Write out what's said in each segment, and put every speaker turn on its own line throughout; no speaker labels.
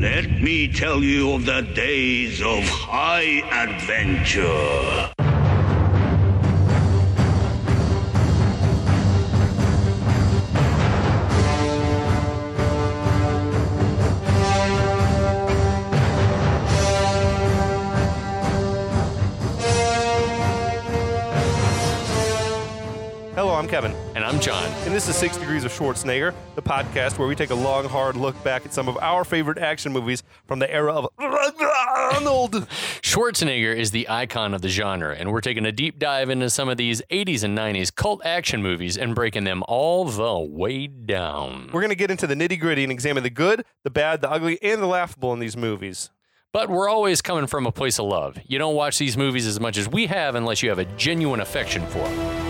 Let me tell you of the days of high adventure.
Hello, I'm Kevin,
And I'm John.
and this is Six Degrees of Schwarzenegger, the podcast where we take a long, hard look back at some of our favorite action movies from the era of Arnold.
Schwarzenegger is the icon of the genre, and we're taking a deep dive into some of these 80s and 90s cult action movies and breaking them all the way down.
We're going to get into the nitty gritty and examine the good, the bad, the ugly, and the laughable in these movies.
But we're always coming from a place of love. You don't watch these movies as much as we have unless you have a genuine affection for them.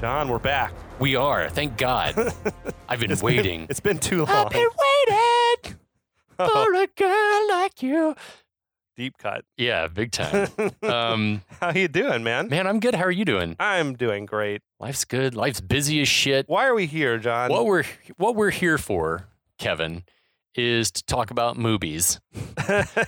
John, we're back.
We are, thank God. I've been waiting.
It's been too long.
waiting for a girl like you.
Deep cut.
Yeah, big time. Um,
How you doing, man?
man, I'm good. How are you doing?
I'm doing great.
Life's good. Life's busy as shit.
Why are we here, John?
what we're what we're here for, Kevin, is to talk about movies,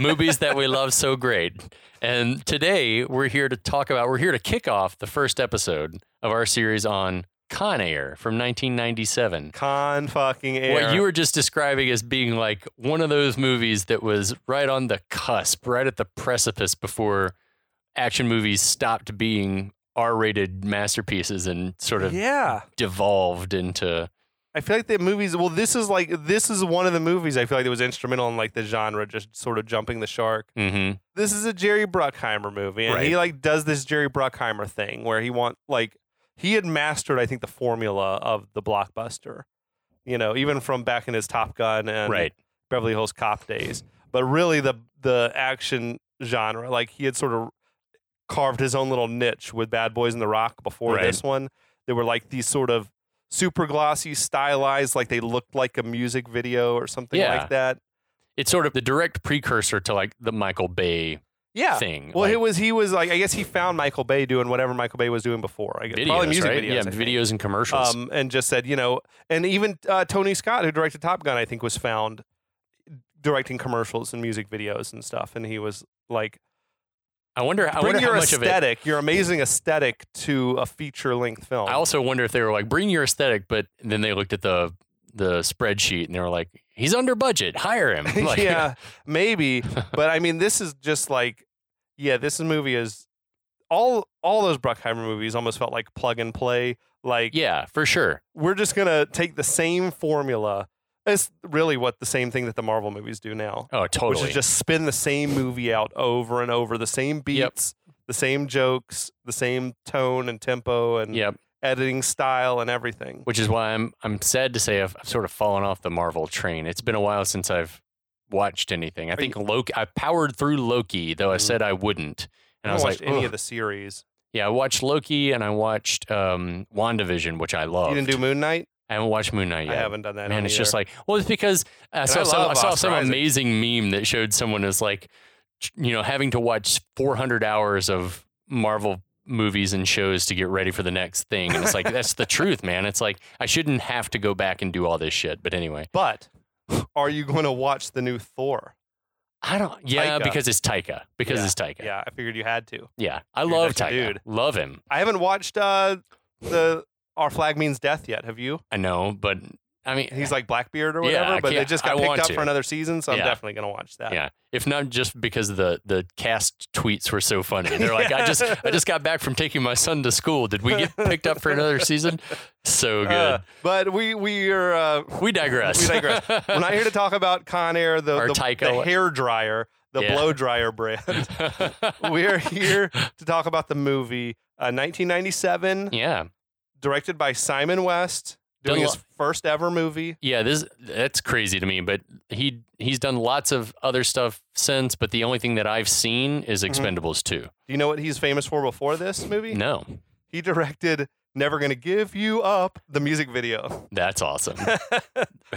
movies that we love so great. And today we're here to talk about. We're here to kick off the first episode of our series on Con Air from 1997.
Con fucking air.
What you were just describing as being like one of those movies that was right on the cusp, right at the precipice before action movies stopped being R-rated masterpieces and sort of
yeah.
devolved into
I feel like the movies. Well, this is like this is one of the movies I feel like that was instrumental in like the genre, just sort of jumping the shark.
mhm.
This is a Jerry Bruckheimer movie, and he like does this Jerry Bruckheimer thing where he want like he had mastered, I think, the formula of the blockbuster. You know, even from back in his Top Gun and
Right.
Beverly Hills Cop days, but really the the action genre. Like he had sort of carved his own little niche with Bad Boys in the Rock before
Right.
this one. They were like these sort of super glossy, stylized, like they looked like a music video or something
Yeah.
like that.
it's sort of the direct precursor to like the Michael Bay
Yeah.
thing.
Well,
like
it was he was like I guess he found Michael Bay doing whatever Michael Bay was doing before. I guess
videos,
probably music
right?
videos. I
yeah,
think.
videos and commercials.
Um, and just said you know, and even uh, Tony Scott, who directed Top Gun, I think was found directing commercials and music videos and stuff, and he was like,
I wonder. I
bring
wonder
your
how much of it.
aesthetic, your amazing aesthetic to a feature length film.
I also wonder if they were like, bring your aesthetic, but then they looked at the the spreadsheet and they were like, he's under budget. Hire him. Like,
yeah, maybe. But I mean, this is just like, yeah, this movie is all all those Bruckheimer movies almost felt like plug and play. Like
yeah, for sure.
we're just gonna take the same formula. It's really what the same thing that the Marvel movies do now,
Oh, totally.
which is just spin the same movie out over and over, the same
Yep.
beats, the same jokes, the same tone and tempo and
yep.
editing style and everything.
Which is why I'm I'm sad to say I've, I've sort of fallen off the Marvel train. It's been a while since I've watched anything. I think Loki. I powered through Loki, though I
Mm.
said I wouldn't. And
I
I was
don't
like,
watch any
"Ugh."
of the series.
Yeah, I watched Loki and I watched um, WandaVision, which I love.
You didn't do Moon Knight.
I haven't watched Moon Knight yet.
I haven't done that.
Man,
either.
it's just like well, it's because I saw
I
some,
love
I saw
Oscar
some
Isaac.
amazing meme that showed someone is like, you know, having to watch 400 hours of Marvel movies and shows to get ready for the next thing, and it's like that's the truth, man. It's like I shouldn't have to go back and do all this shit, but anyway,
But are you going to watch the new Thor?
I don't. Yeah,
Taika.
because it's Taika. Because
Yeah,
it's Taika. Yeah,
Yeah, I figured you had to.
I
Dude,
love
that's your
Taika.
dude.
Love him.
I haven't watched uh, the Our Flag Means Death yet. Have you?
I know, but I mean,
He's like Blackbeard or
Yeah,
whatever,
I
but they
can't-
just
I
got
want
picked up
to.
for another season, so I'm
Yeah.
definitely going to watch that.
Yeah. If not just because the the cast tweets were so funny. They're like, I just I just got back from taking my son to school. Did we get picked up for another season? So good.
Uh, but we we are uh,
we digress.
we digress. we're not here to talk about Con Air, the
Or
the, the
Tyco.
hair dryer, the
Yeah.
blow dryer brand. we're here to talk about the movie uh, 1997,
yeah.
directed by Simon West, doing
Done
his first ever movie.
Yeah, this that's crazy to me, but he he's done lots of other stuff since, but the only thing that I've
Mm-hmm.
seen is Expendables 2.
Do you know what he's famous for before this movie?
No.
He directed Never Gonna Give You Up, the music video.
That's awesome.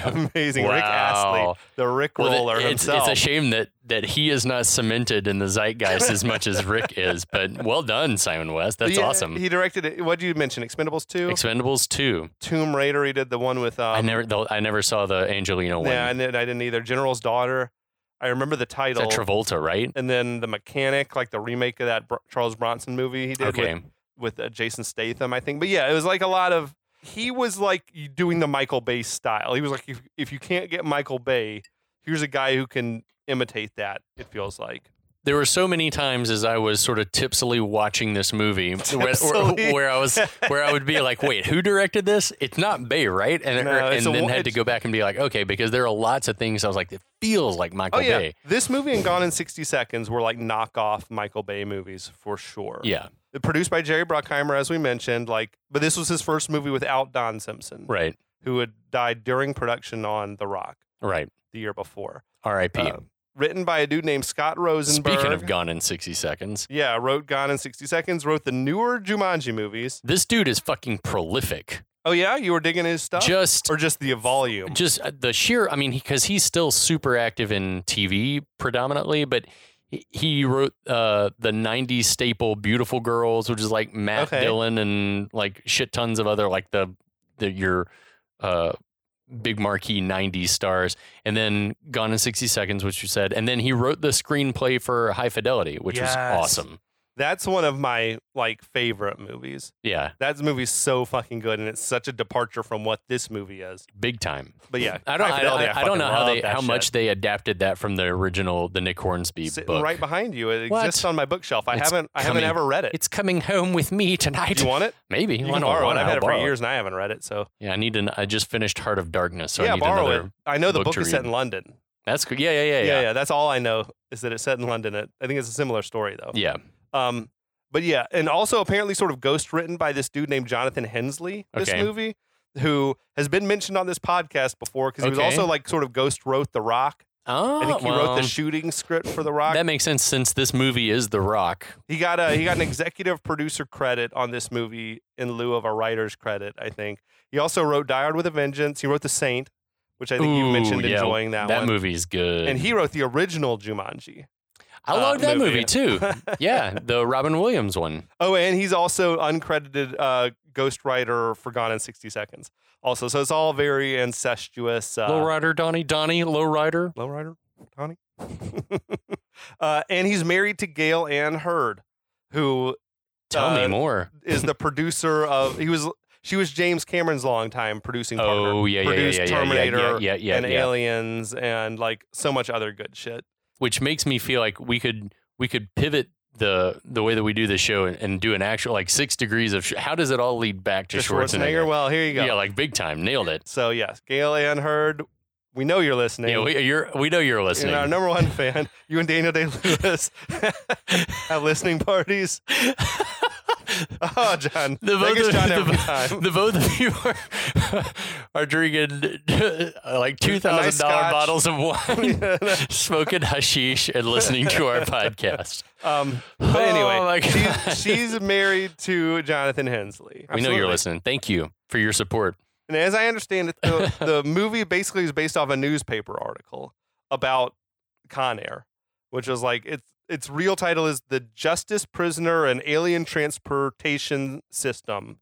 Amazing. Rick Astley,
Wow.
the Rick
Well,
Roller
it's, it's
himself.
a shame that that he is not cemented in the zeitgeist as much as Rick is. But well done, Simon West. That's
Yeah,
awesome.
He directed it. What did you mention? Expendables 2?
Expendables two.
Tomb Raider. He did the one with. Um,
I never though, I never saw the Angelino one.
Yeah, I didn't, I didn't either. General's Daughter. I remember the
It's
title.
that Travolta, right?
and then The Mechanic, like the remake of that Br- Charles Bronson movie he did with
Okay.
with uh, Jason Statham, I think. But yeah, it was like a lot of he was like doing the Michael Bay style. He was like, if, if you can't get Michael Bay, here's a guy who can imitate that. It feels like
There were so many times as I was sort of tipsily watching this movie where,
Tipsily.
where, where I was where I would be like, "Wait, who directed this? It's not Bay, right?" And,
No,
or- and
it's a
then
wo-
had to
it's-
go back and be like, "Okay," because there are lots of things I was like, "It feels like Michael
oh yeah,
Bay."
this movie and Gone in sixty seconds were like knockoff Michael Bay movies for sure.
Yeah,
produced by Jerry Bruckheimer, as we mentioned. Like, but this was his first movie without Don Simpson,
right,
who had died during production on The Rock
right.
the year before.
R.I.P.
Uh, written by a dude named Scott Rosenberg.
Speaking of gone in sixty seconds,
Yeah, wrote Gone in 60 Seconds, wrote the newer Jumanji movies.
this dude is fucking prolific.
Oh, yeah? You were digging his stuff?
Just
or just the volume?
just uh, the sheer i mean because he's still super active in tv predominantly but he- he wrote uh, the 90s staple beautiful girls which is like matt
Okay.
dillon and like shit tons of other like the, the your uh, big marquee 90s stars and then gone in 60 seconds which you said and then he wrote the screenplay for high fidelity which was
Yes.
awesome
That's one of my, like, favorite movies.
yeah
That movie's so fucking good, and it's such a departure from what this movie is.
big time
But yeah,
I don't.
High
I,
Fidelity,
I- I
fucking
don't know how
love
they
that
how
shit.
much they adapted that from the original, the Nick Hornsby
Sitting
book.
right behind you. It
What?
exists on my bookshelf. I
It's
haven't. I haven't
coming.
ever read it.
It's coming home with me
Do
tonight.
you want it?
Maybe.
You
Well, I
can
don't
borrow it.
want
I've had it for
borrow
years, and I haven't read it. So
Yeah, I need an. I just finished Heart of Darkness, so I
yeah,
need
borrow
another.
it. I know the
book
book
to
is set
read.
in London.
That's good. Yeah, yeah, yeah,
yeah,
yeah,
yeah. That's all I know is that it's set in London. It, I think it's a similar story though.
yeah.
Um, but yeah, and also apparently sort of ghost written by this dude named Jonathan Hensley. This
Okay.
movie, who has been mentioned on this podcast before, because he
Okay.
was also like sort of ghost wrote The Rock.
Oh,
I think he wrote
well,
the shooting script for The Rock.
that makes sense since this movie is The Rock.
he got a he got an executive producer credit on this movie in lieu of a writer's credit. I think he also wrote Die Hard with a Vengeance. He wrote The Saint, which I think you
Ooh,
mentioned
yeah,
enjoying that,
That
one.
movie's good.
And he wrote the original Jumanji.
I
uh,
love that
movie.
movie too. yeah, the Robin Williams one.
Oh, and he's also uncredited uh, ghostwriter for Gone in 60 Seconds. Also, so it's all very incestuous. Uh,
Lowrider Donnie Donnie Lowrider.
Lowrider? Tony? uh, and he's married to Gail Ann Hurd, who
Tell
uh,
me more.
is the producer of, he was, she was James Cameron's longtime producing partner.
Oh yeah, yeah, yeah,
produced
yeah, yeah,
Terminator
yeah, yeah, yeah,
and
yeah.
Aliens and like so much other good shit.
which makes me feel like we could we could pivot the the way that we do the show and, and do an actual like six degrees of sh- how does it all lead back to
To Schwarzenegger?
Schwarzenegger?
Well, here you go.
Yeah, like big time, nailed it.
so, yes, Gail Ann Hurd, we know you're listening.
Yeah, we, you're we know you're listening.
And our number one fan, you and Daniel Day Lewis, have listening parties. Oh, John.
The
Thank
both,
you,
of,
John
the,
every
bo-
time.
the both of you are, are drinking uh, like two thousand
nice
dollar
scotch.
bottles of wine, smoking hashish, and listening to our podcast.
um, but anyway,
Oh, my God.
she's, she's married to Jonathan Hensley.
We know
Absolutely.
you're listening. Thank you for your support.
And as I understand it, the, the movie basically is based off a newspaper article about Con Air, which was like its its real title is "The Justice Prisoner and Alien Transportation System,"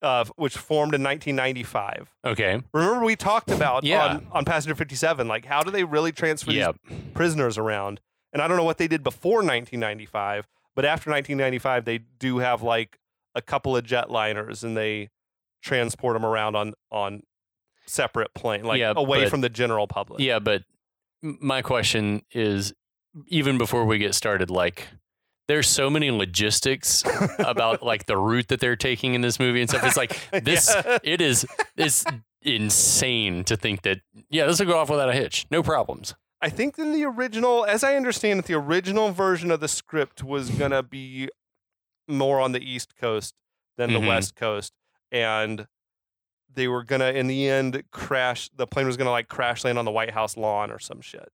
uh, which formed in 1995.
Okay.
Remember, we talked about
Yeah.
on, on Passenger 57, like how do they really transfer
Yeah.
these prisoners around? And I don't know what they did before 1995, but after 1995, they do have like a couple of jetliners and they transport them around on on separate plane, like
Yeah,
away
but-
from the general public.
Yeah, but m- my question is even before we get started, like, there's so many logistics about like the route that they're taking in this movie and stuff. It's like this,
Yeah.
it is, it's insane to think that, yeah, this will go off without a hitch. No problems.
I think in the original, as I understand it, the original version of the script was gonna be more on the East Coast than
Mhm.
the West Coast, and they were gonna, in the end, crash. The plane was gonna like crash land on the White House lawn or some shit.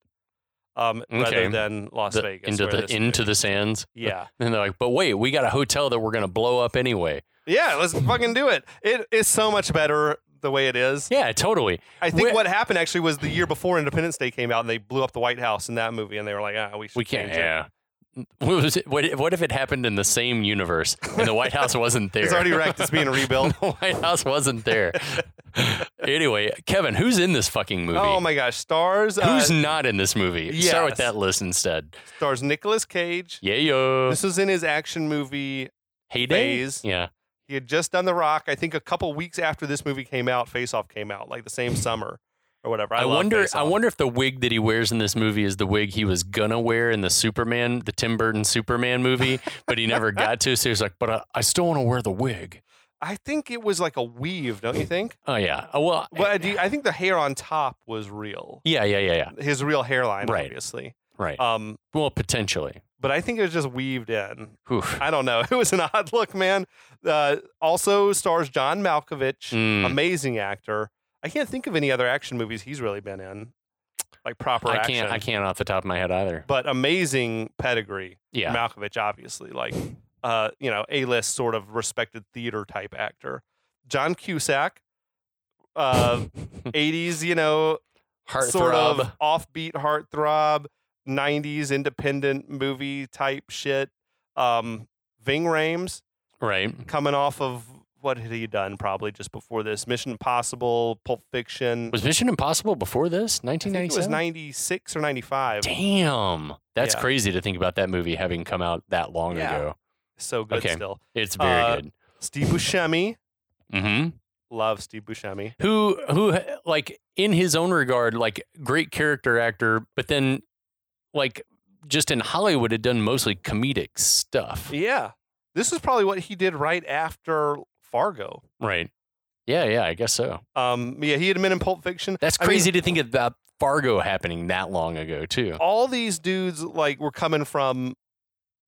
um, rather
Okay.
than Las
The-
Vegas.
into
where
the
this
into
big-
the sands.
yeah,
And they're like, but wait, we got a hotel that we're gonna blow up anyway.
yeah. Let's fucking do it. It is so much better the way it is.
Yeah, totally.
I think
Wh-
what happened actually was the year before Independence Day came out, and they blew up the White House in that movie, and they were like, "Ah, we should
We can't.
change it."
Yeah. What, was it, what, if- what if it happened in the same universe and the White House wasn't there?
It's already wrecked. It's being rebuilt.
the White House wasn't there. anyway, Kevin, who's in this fucking movie?
Oh my gosh, stars uh,
who's not in this movie? Start
yes.
with that list instead.
stars Nicolas Cage.
Yeah, yo.
This was in his action movie.
Heyday.
phase.
Yeah.
He had just done The Rock. I think a couple weeks after this movie came out, Face Off came out, like the same summer or whatever. I,
I,
love
wonder.
Face
I
Off.
wonder if the wig that he wears in this movie is the wig he was gonna wear in the Superman, the Tim Burton Superman movie, but he never got to. So he's like, "But I, I still want to wear the wig."
I think it was like a weave, don't you think?
Oh yeah. Oh, Well,
Well, I, do, I think the hair on top was real.
yeah, yeah, yeah, yeah.
His real hairline,
Right.
obviously.
Right.
Um,
well, potentially.
but I think it was just weaved in.
Whew.
I don't know. It was an odd look, man. Uh, also stars John Malkovich,
Mm.
amazing actor. I can't think of any other action movies he's really been in, like proper
I
action.
can't. I can't off the top of my head either.
But amazing pedigree,
yeah.
Malkovich, obviously, like uh, you know, a list sort of respected theater type actor. John Cusack, uh, '80s, you know,
Heartthrob.
sort of offbeat heartthrob, 90s independent movie type shit. Um, Ving Rhames
Right.
coming off of what had he done probably just before this Mission Impossible, Pulp Fiction.
Was Mission Impossible before this?
I think it was
1997.
96 or 95.
Damn. That's
Yeah.
crazy to think about that movie having come out that long
Yeah.
ago.
So good
Okay.
still.
It's very
Uh,
good.
Steve Buscemi.
Mm-hmm.
Love Steve Buscemi.
Who who like in his own regard like great character actor, but then like just in Hollywood had done mostly comedic stuff.
Yeah. This is probably what he did right after Fargo.
Right. Yeah, yeah, I guess so.
Um, yeah, he had been in Pulp Fiction.
That's
I mean,
crazy to think about Fargo happening that long ago too.
all these dudes like were coming from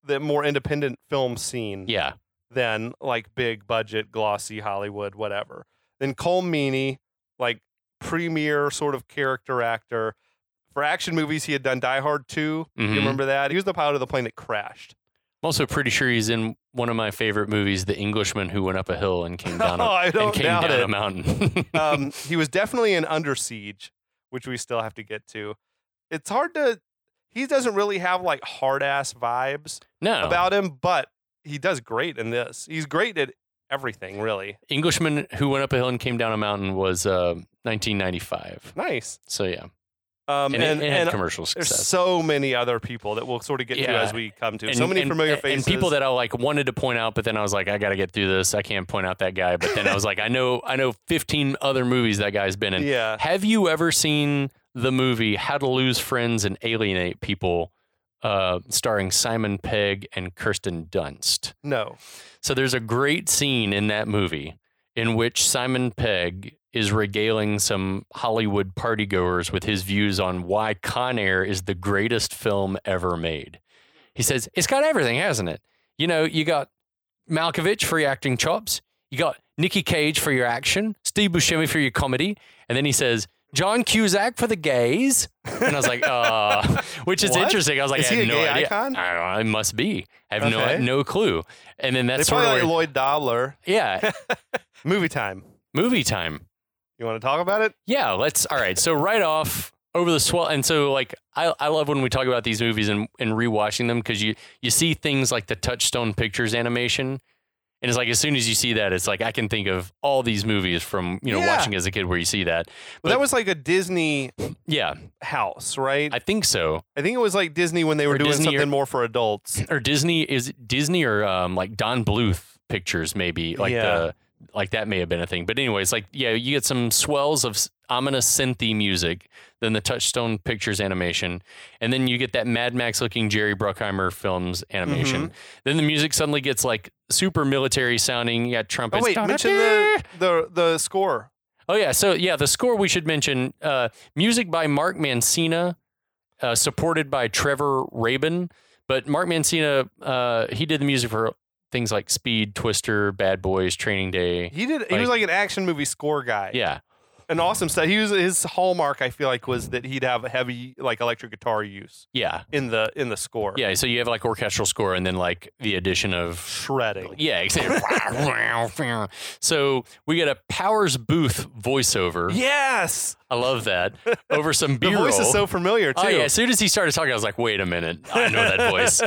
the more independent film scene
Yeah.
than like big budget glossy Hollywood whatever. Then Cole Meany, like premier sort of character actor for action movies, he had done Die Hard 2
Mhm.
You remember that? He was the pilot of the plane that crashed.
I'm also pretty sure he's in one of my favorite movies, The Englishman Who Went Up a Hill and Came Down, a,
Oh, I don't
and came
doubt
down
it.
a Mountain.
um, he was definitely in Under Siege, which we still have to get to. It's hard to. He doesn't really have like hard ass vibes
no.
about him, but he does great in this. He's great at everything, really.
Englishman Who Went Up a Hill and Came Down a Mountain was uh, 1995.
Nice.
So, yeah.
Um,
And,
and
it- it, had
and
commercial
there's
success.
so many other people that we'll sort of get to
Yeah.
as we come to.
And-
so many
and-
familiar
and-
faces
And people that I like wanted to point out, but then I was like, I got to get through this. I can't point out that guy. But then I was like, I know, I know 15 other movies that guy's been in.
yeah.
Have you ever seen the movie How to Lose Friends and Alienate People, uh, starring Simon Pegg and Kirsten Dunst?
No.
So there's a great scene in that movie in which Simon Pegg is regaling some Hollywood partygoers with his views on why Con Air is the greatest film ever made. He says, It's got everything, hasn't it? You know, you got Malkovich for your acting chops, you got Nicky Cage for your action, Steve Buscemi for your comedy, and then he says, John Cusack for the gays. And I was like, uh, which is
What?
interesting. I was like,
Is
I
he
have
a
no
gay
idea.
icon?
I don't know. It must be. I have
Okay.
no no clue. And then
They
that's sort
probably
of
like
where,
Lloyd Dobler.
yeah,
Movie time.
movie time.
You want to talk about it?
Yeah, let's. All right, so right off over the swell, and so like I, I love when we talk about these movies and and rewatching them because you you see things like the Touchstone Pictures animation, and it's like as soon as you see that, it's like I can think of all these movies from you know
Yeah.
watching as a kid where you see that.
Well, that was like a Disney
Yeah,
house, right?
I
I,
think so.
think it was like Disney when they were
Or
doing
Disney or-
something more for adults.
Or Disney is it Disney or um like Don Bluth Pictures maybe like
Yeah.
the. Like that may have been a thing, but anyways, like yeah, you get some swells of s- ominous synthy music, then the Touchstone Pictures animation, and then you get that Mad Max looking Jerry Bruckheimer films animation.
Mm-hmm.
Then the music suddenly gets like super military sounding. You got
Oh
trumpets.
wait, mention the the the score.
Oh yeah, so yeah, the score we should mention: uh, music by Mark Mancina, uh, supported by Trevor Rabin. But Mark Mancina, uh, he did the music for things like Speed, Twister, Bad Boys, Training Day.
He did. he was like an action movie score guy.
Yeah.
an awesome set. He was his hallmark. I feel like was that he'd have a heavy like electric guitar use
Yeah.
in the in the score.
Yeah. So you have like orchestral score and then like the addition of
shredding.
Yeah, exactly. so we get a Powers Booth voiceover.
Yes,
I love that. Over some
the
B roll.
voice is so familiar too.
oh, yeah. As soon as he started talking, I was like, wait a minute. I know that voice.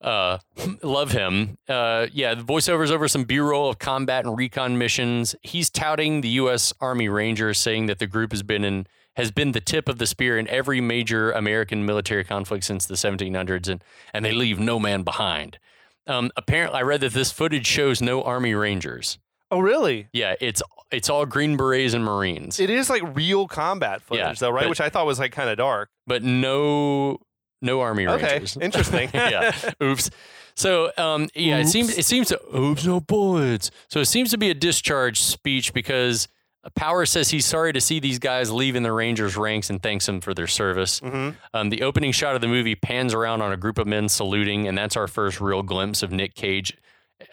Uh, love him. Uh, yeah, the voiceovers over some B roll of combat and recon missions. He's touting the U.S. Army Rangers, saying that the group has been in. Has been the tip of the spear in every major American military conflict since the 1700s, and, and they leave no man behind. Um, apparently, I read that this footage shows no Army Rangers.
Oh, really?
Yeah, it's it's all Green Berets and Marines,
It is like real combat footage,
Yeah,
though, right?
but-
Which I thought was like kind of dark.
but no no Army
Okay,
Rangers.
interesting.
yeah. Oops. So um, yeah, it seems it seems to oops no bullets. So it seems to be a discharge speech because Power says he's sorry to see these guys leaving the Rangers ranks and thanks them for their service.
Mhm.
Um, the opening shot of the movie pans around on a group of men saluting, and that's our first real glimpse of Nick Cage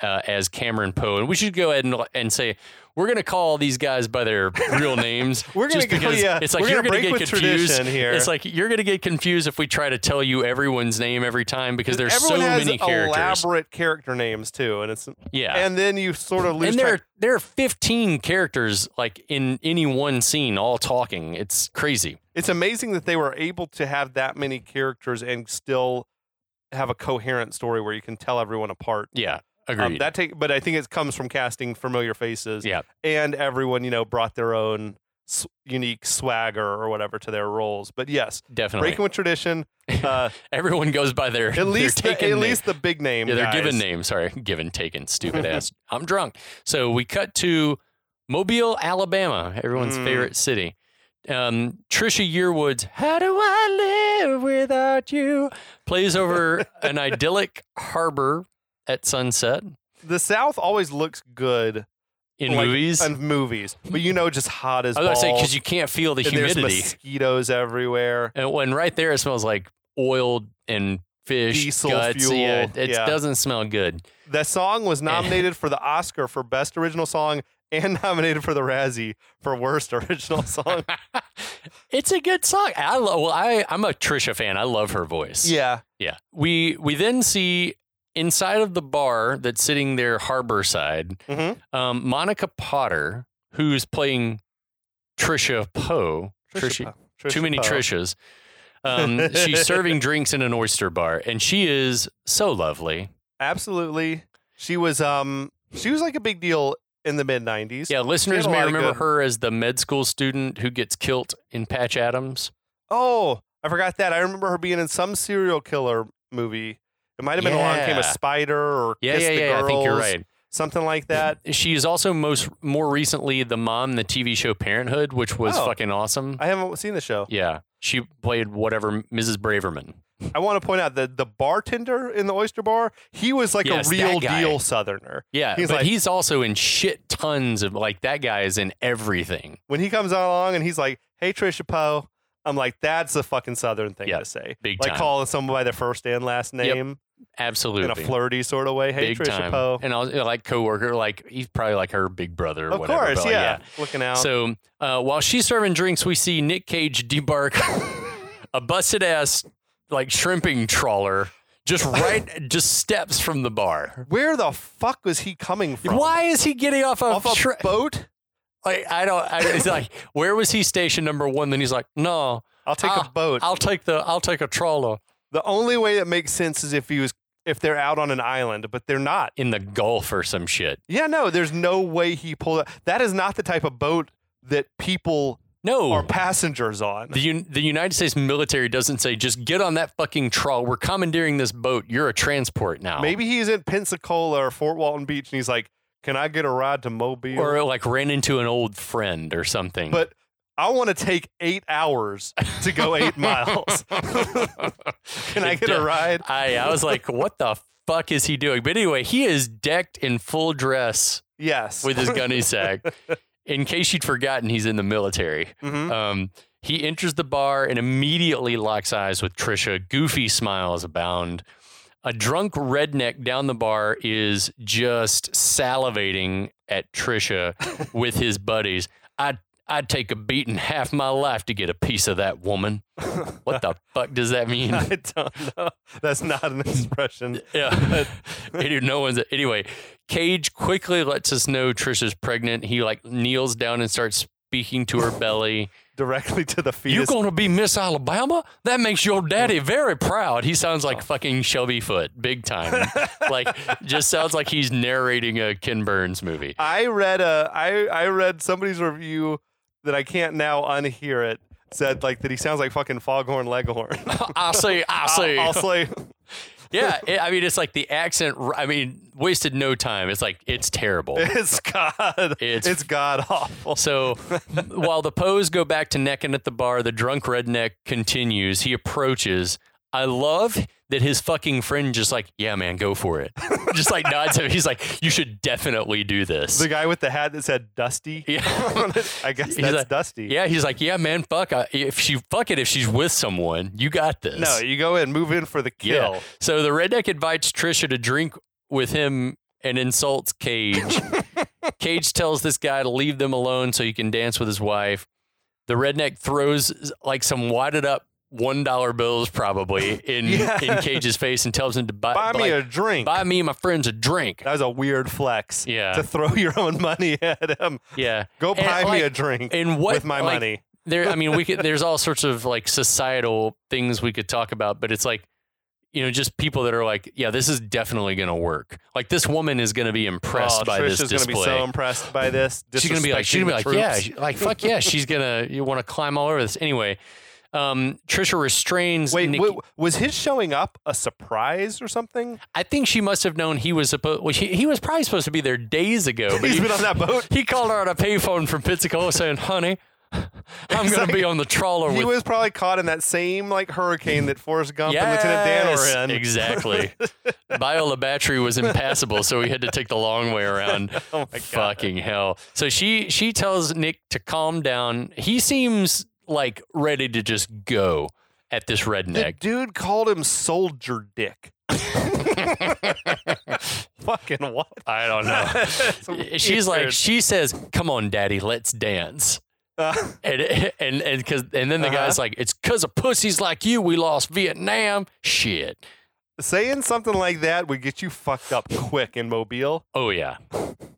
uh, as Cameron Poe. And we should go ahead and, and say we're going to call these guys by their real names.
We're gonna
just
go-
because
yeah,
it's like
we're
you're
gonna
going to
break
get
with
confused.
tradition here.
It's like you're going to get confused if we try to tell you everyone's name every time because there's
Everyone
so
has
many characters.
elaborate character names too, and it's
Yeah.
and then you sort of lose
and there
track.
are, there are 15 characters like in any one scene all talking. It's crazy.
It's amazing that they were able to have that many characters and still have a coherent story where you can tell everyone apart.
Yeah, agreed.
Um, that take, but I think it comes from casting familiar faces.
Yeah.
and everyone you know brought their own s- unique swagger or whatever to their roles. But yes,
Definitely.
breaking with tradition. Uh,
Everyone goes by their
at least
their
the,
taken
at
name.
least the big name.
yeah, their
guys.
given name. Sorry, given taken. Stupid ass. I'm drunk. So we cut to Mobile, Alabama, everyone's
Mm.
favorite city. Um, Trisha Yearwood's "How Do I Live Without You" plays over an idyllic harbor at sunset
The South always looks good
in
like,
movies.
and movies, but you know, just hot as
I was about to say
balls.
because you can't feel the
and there's
humidity,
mosquitoes everywhere.
and when right there it smells like oil and fish
Diesel
guts. Yeah,
fuel,
it, it
yeah.
doesn't smell good.
That song
Eh.
was nominated for the Oscar for Best Original Song and nominated for the Razzie for Worst Original Song.
It's a good song. I love. Well, I I'm a Trisha fan. I love her voice.
yeah,
Yeah. We we then see inside of the bar that's sitting there harbor side,
Mhm.
um, Monica Potter, who's playing Trisha Poe.
Trisha Poe.
too many
Poe.
Trishas. Um, she's serving drinks in an oyster bar, and she is so lovely.
Absolutely, she was um she was like a big deal in the mid '90s.
Yeah, listeners
lot
may
of
remember
good-
her as the med school student who gets kilt in Patch Adams.
Oh, I forgot that. I remember her being in some serial killer movie. It might have been Along Came
Yeah.
a Spider or
Yeah,
Kiss
yeah,
the
yeah.
Girls,
I think you're right.
something like that.
She is also most more recently the mom in the TV show Parenthood, which was
Oh.
fucking awesome.
I haven't seen the show.
Yeah. She played whatever Mrs. Braverman.
I want to point out that the bartender in the oyster bar, he was like
Yes,
a
that
real
guy.
deal Southerner.
Yeah.
He's
but
like-
he's also in shit tons of like that guy is in everything.
When he comes along and he's like, "Hey, Trisha Poe," I'm like, "That's a fucking Southern thing
Yeah,
to say."
big
like
time.
calling someone by their first and last name
Absolutely.
in a flirty sort of way. Hey,
big
Trisha
time.
Poe.
And I was you know, like coworker, like he's probably like her big brother or
Of
whatever.
course,
but,
yeah. Looking out.
So uh, while she's serving drinks, we see Nick Cage debark a busted ass like shrimping trawler just right just steps from the bar.
Where the fuck was he coming from?
Why is he getting off a,
Off a
tra-
boat?
like I don't. I, it's like where was he stationed number one? Then he's like, no,
I'll take
I'll-
a boat.
Ah, I'll take the I'll take a trawler
the only way that makes sense is if he was if they're out on an island, but they're not.
in the Gulf or some shit.
Yeah, no, there's no way he pulled. That is not the type of boat that people are
No,
passengers on.
the Un- the United States military doesn't say just get on that fucking trawl. We're commandeering this boat. You're a transport now.
Maybe he's in Pensacola or Fort Walton Beach, and he's like, "Can I get a ride to Mobile?"
Or mm. like ran into an old friend or something.
but I want to take eight hours to go eight miles. Can I
It
get a
de-
ride?
I I was like, what the fuck is he doing? But anyway, he is decked in full dress
Yes.
with his gunny sack. In case you'd forgotten, he's in the military.
Mhm.
Um, he enters the bar and immediately locks eyes with Trisha. Goofy smiles abound. A drunk redneck down the bar is just salivating at Trisha with his buddies. I I'd take a beating half my life to get a piece of that woman. What the fuck does that mean?
I don't know. That's not an expression.
Yeah. Any- no one's anyway. Cage quickly lets us know Trisha's pregnant. He like kneels down and starts speaking to her belly.
Directly to the fetus.
You gonna be Miss Alabama? That makes your daddy very proud. He sounds
Oh.
like fucking Shelby Foote, big time. like just sounds like he's narrating a Ken Burns movie.
I read a I I read somebody's review that I can't now unhear it said like that he sounds like fucking Foghorn Leghorn.
I see, I see.
I'll, I'll say
yeah, it, I mean it's like the accent. I mean, wasted no time. It's like it's terrible.
it's god.
It's-
it's god awful.
So while the Poes go back to necking at the bar, the drunk redneck continues. He approaches. I love that his fucking friend just like, yeah, man, go for it. just like nods him. He's like, you should definitely do this.
The guy with the hat that said Dusty.
yeah.
I guess that's
like-
Dusty.
yeah, he's like, yeah, man, fuck. I, if she fuck it, if she's with someone, you got this.
No, you go in, move in for the kill.
Yeah. So the redneck invites Trisha to drink with him and insults Cage. Cage tells this guy to leave them alone so he can dance with his wife. The redneck throws like some wadded up one dollar bills probably in
Yeah.
in Cage's face and tells him to buy,
Buy me
Uh, like,
a drink.
buy me and my friends a drink.
that was a weird flex.
Yeah.
To throw your own money at him.
Yeah.
Go
And,
buy me
like,
a drink
And what
with my
like,
money.
there i mean we could there's all sorts of like societal things we could talk about but it's like you know just people that are like yeah this is definitely going to work like this woman is going to be impressed
oh,
by
Trisha's
this
gonna be
display
so impressed by this.
she's gonna be like she's
disrespecting
gonna be like
the
yeah
troops.
she- like fuck yeah she's gonna you want to climb all over this anyway um trisha restrains
Wait,
Nikki.
wa- was his showing up a surprise or something?
i think she must have known he was supposed well, he, he was probably supposed to be there days ago but
He's
he,
been on that boat.
he called her on a payphone from pensacola saying honey i'm gonna be on the trawler
He
with
was probably caught in that same like hurricane that Forrest Gump and Lieutenant Dan
Yes,
were in.
Exactly. Biola battery was impassable, so we had to take the long way around.
Oh my god.
Fucking hell. So she she tells Nick to calm down. He seems like ready to just go at this
The
redneck.
dude called him Soldier Dick. Fucking what?
I don't know.
know.
She's like, she says, "Come on, Daddy, let's dance."
Uh,
And and and because and then the
Uh-huh.
guy's like, "It's because of pussies like you we lost Vietnam." Shit.
saying something like that would get you fucked up quick in Mobile.
Oh yeah,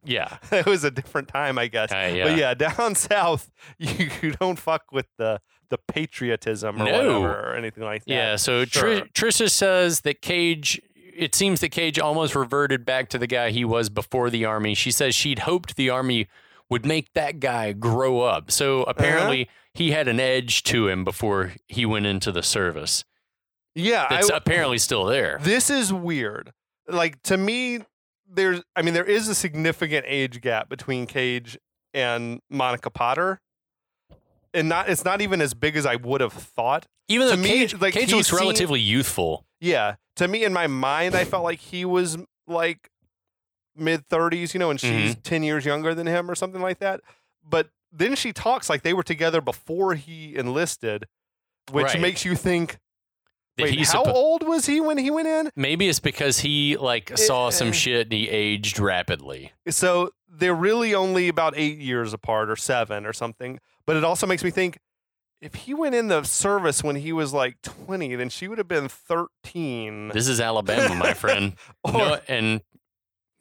yeah.
it was a different time, I guess.
Uh,
But yeah, down south, you, you don't fuck with the the patriotism or
No.
whatever or anything like that.
Yeah. So
sure.
Tr- Trisha says that Cage. It seems that Cage almost reverted back to the guy he was before the army. She says she'd hoped the army would make that guy grow up. So
Uh-huh.
apparently he had an edge to him before he went into the service.
yeah. I
That's
w-
apparently still there.
This is weird. Like to me, there's I mean, there is a significant age gap between Cage and Monica Potter. And not it's not even as big as I would have thought.
Even
to
though
me,
Cage,
like,
Cage
he
looks
seemed-
relatively youthful.
Yeah. To me in my mind I felt like he was like mid thirties, you know, and she's
Mm-hmm.
ten years younger than him or something like that. But then she talks like they were together before he enlisted, which
Right.
makes you think
That
wait,
he's
how
suppo-
old was he when he went in?
Maybe it's because he like saw
Eh.
some shit and he aged rapidly.
So they're really only about eight years apart or seven or something. But it also makes me think if he went in the service when he was like 20, then she would have been 13.
This is Alabama, my friend.
Or-
No, and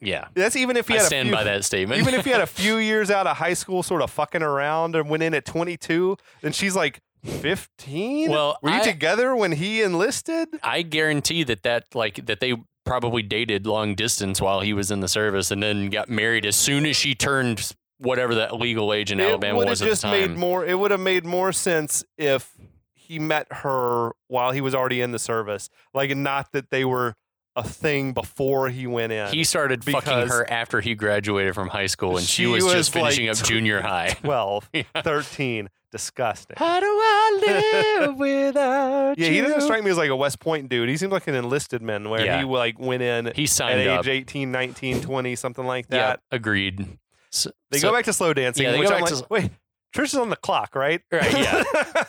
yeah,
that's even if he
I
had
stand
a few,
by that statement.
even if he had a few years out of high school, sort of fucking around and went in at 22, then she's like 15.
Well,
were you
I-
together when he enlisted?
I guarantee that that like that they probably dated long distance while he was in the service, and then got married as soon as she turned whatever that legal age in
it
Alabama
would
was
have
at
just
the
made
time.
more. It would have made more sense if he met her while he was already in the service, like not that they were a thing before he went in.
he started fucking
because-
her after he graduated from high school, and she,
She
was,
was,
just finishing
like,
up junior high.
12,
Yeah.
13, disgusting.
How do I live without
Yeah, he doesn't strike me as like a West Point dude. He seems like an enlisted man where
Yeah.
he like went in
He
at
signed
age
up.
18, 19, 20, something like that.
Yeah, agreed. So,
They
so-
go back to slow dancing,
Yeah, they
which
go
I'm
back
like,
to
wait, Trish is on the clock, right?
Right, yeah.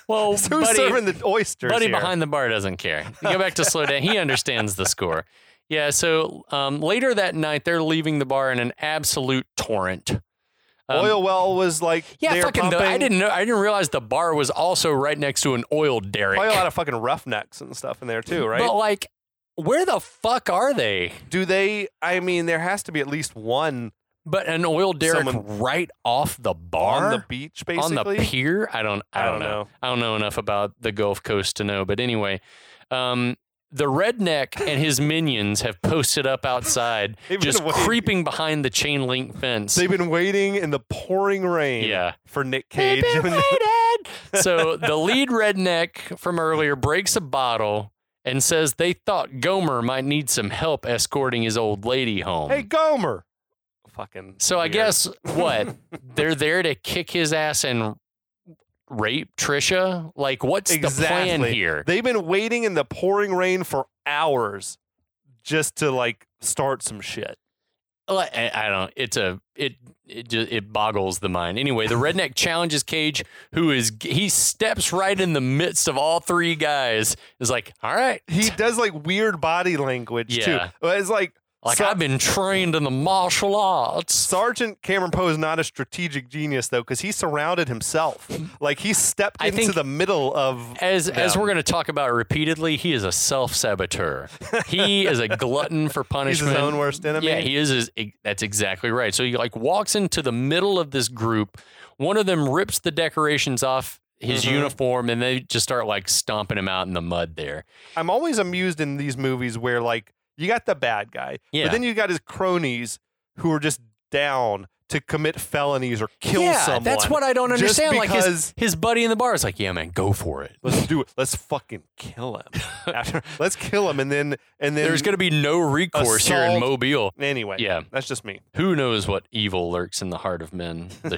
Well,
so who's
buddy,
serving the oysters
Buddy
here?
behind the bar doesn't care. You go back to slow down. He understands the score. Yeah. So um, later that night, they're leaving the bar in an absolute torrent. Um,
oil well was like
Yeah,
they were
fucking. The, I
pumping-
didn't know. I didn't realize the bar was also right next to an oil derrick.
probably a lot of fucking roughnecks and stuff in there too, right?
But like, where the fuck are they?
Do they? I mean, there has to be at least one
But an oil derrick
Someone-
right off the bar
on the beach,
on
basically.
the pier. I don't. I, don't know. I don't know enough about the Gulf Coast to know. But anyway, um, the redneck and his minions have posted up outside,
They've been
just
waiting.
creeping behind the chain link fence.
They've been waiting in the pouring rain
yeah.
for Nick Cage.
They've been
and-
waiting. so the lead redneck from earlier breaks a bottle and says they thought Gomer might need some help escorting his old lady home.
hey, Gomer. Fucking.
so I
weird.
guess what they're there to kick his ass and rape Trisha. Like, what's the plan
Exactly.
here?
They've been waiting in the pouring rain for hours just to like start some shit.
Like, I I don't. It's a it it ju- it boggles the mind. Anyway, the redneck challenges Cage, who is he steps right in the midst of all three guys. Is like, all right,
He does like weird body language
Yeah.
too. It's like
Like
so-
I've been trained in the martial arts.
Sergeant Cameron Poe is not a strategic genius though, because he surrounded himself. Like he stepped
I
into
think-
the middle of
As as
them.
we're going to talk about repeatedly, he is a self saboteur. He is a glutton for
He's
punishment.
his own worst enemy.
yeah, he is. His, that's exactly right. So he like walks into the middle of this group. One of them rips the decorations off his
Mhm.
uniform, and they just start like stomping him out in the mud. There,
I'm always amused in these movies where like you got the bad guy,
yeah.
but then you got his cronies who are just down to commit felonies or kill
yeah,
someone.
that's what I don't
just
understand. Like his,
because-
his buddy in the bar is like, "Yeah, man, go for it."
Let's do it. Let's fucking kill him. After, let's kill him, and then and then
There's going to be no recourse here in
assault-
Mobile.
anyway.
Yeah.
that's just me.
Who knows what evil lurks in the heart of men? The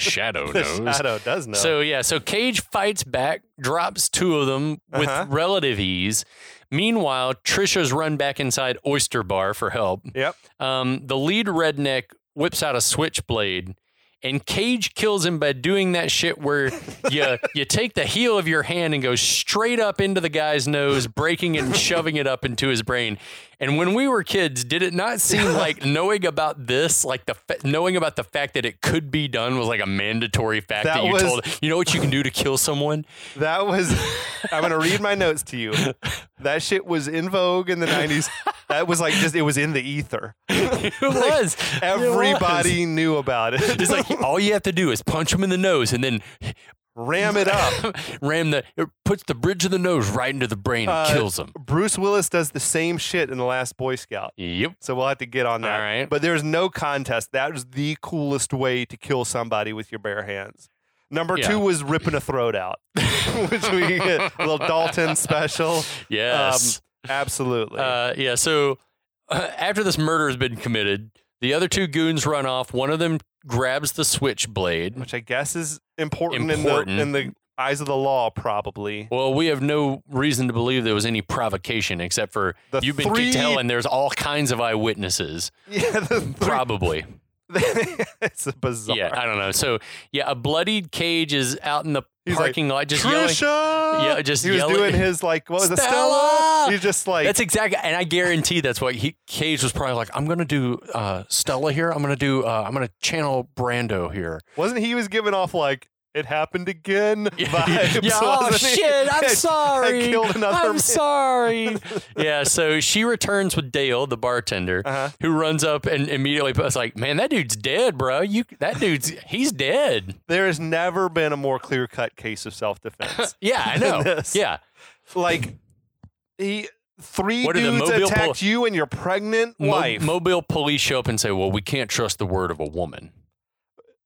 shadow
The
knows.
shadow does know.
So yeah, so Cage fights back, drops two of them with
Uh-huh.
relative ease. Meanwhile, Trisha's run back inside Oyster Bar for help.
yep.
Um, the lead redneck whips out a switchblade, and Cage kills him by doing that shit where you you take the heel of your hand and go straight up into the guy's nose, breaking it and shoving it up into his brain. And when we were kids, did it not seem like knowing about this, like the fa- knowing about the fact that it could be done, was like a mandatory fact that,
That
you
was-
told? You know what you can do to kill someone?
That was. I'm gonna read my notes to you. That shit was in vogue in the '90s. That was like just it was in the ether.
It was It was.
Everybody knew about it.
It's like all you have to do is punch him in the nose and then
ram it up.
ram the it puts the bridge of the nose right into the brain and
Uh,
kills him.
Bruce Willis does the same shit in the Last Boy Scout.
Yep.
So we'll have to get on that.
All right.
But there's no contest. That was the coolest way to kill somebody with your bare hands. Number
Yeah.
two was ripping a throat out, which we get a little Dalton special.
Yes.
Absolutely.
um, uh, yeah. So uh, after this murder has been committed, the other two goons run off. One of them grabs the switchblade.
which I guess is important,
important.
In, the, in the eyes of the law, probably.
Well, we have no reason to believe there was any provocation except for
The
you've been
three-
kicked to hell and there's all kinds of eyewitnesses.
Yeah, the three,
Probably.
it's bizarre.
Yeah. I don't know. So, yeah, a bloodied cage is out in the
He's like,
parking lot just yelling.
Trisha!
Yeah, just
he was
yelling-
doing his like what was it,
Stella!
Stella? He's just like
That's exactly, and I guarantee that's what he, Cage was probably like. I'm gonna do uh, Stella here. I'm gonna do. Uh, I'm gonna channel Brando here.
Wasn't he was giving off like it happened again vibes?
yeah, oh
wasn't he?
shit! I'm sorry.
I killed another
I'm
man.
sorry. yeah. So she returns with Dale, the bartender,
Uh-huh.
who runs up and immediately was like, "Man, that dude's dead, bro. You, that dude's, he's dead."
There has never been a more clear cut case of self defense.
Yeah, I know.
This.
yeah.
like he three
What did the
dudes
mobile
attacked
poli-
you and your pregnant
Mo-
wife.
mobile police show up and say, "Well, we can't trust the word of a woman.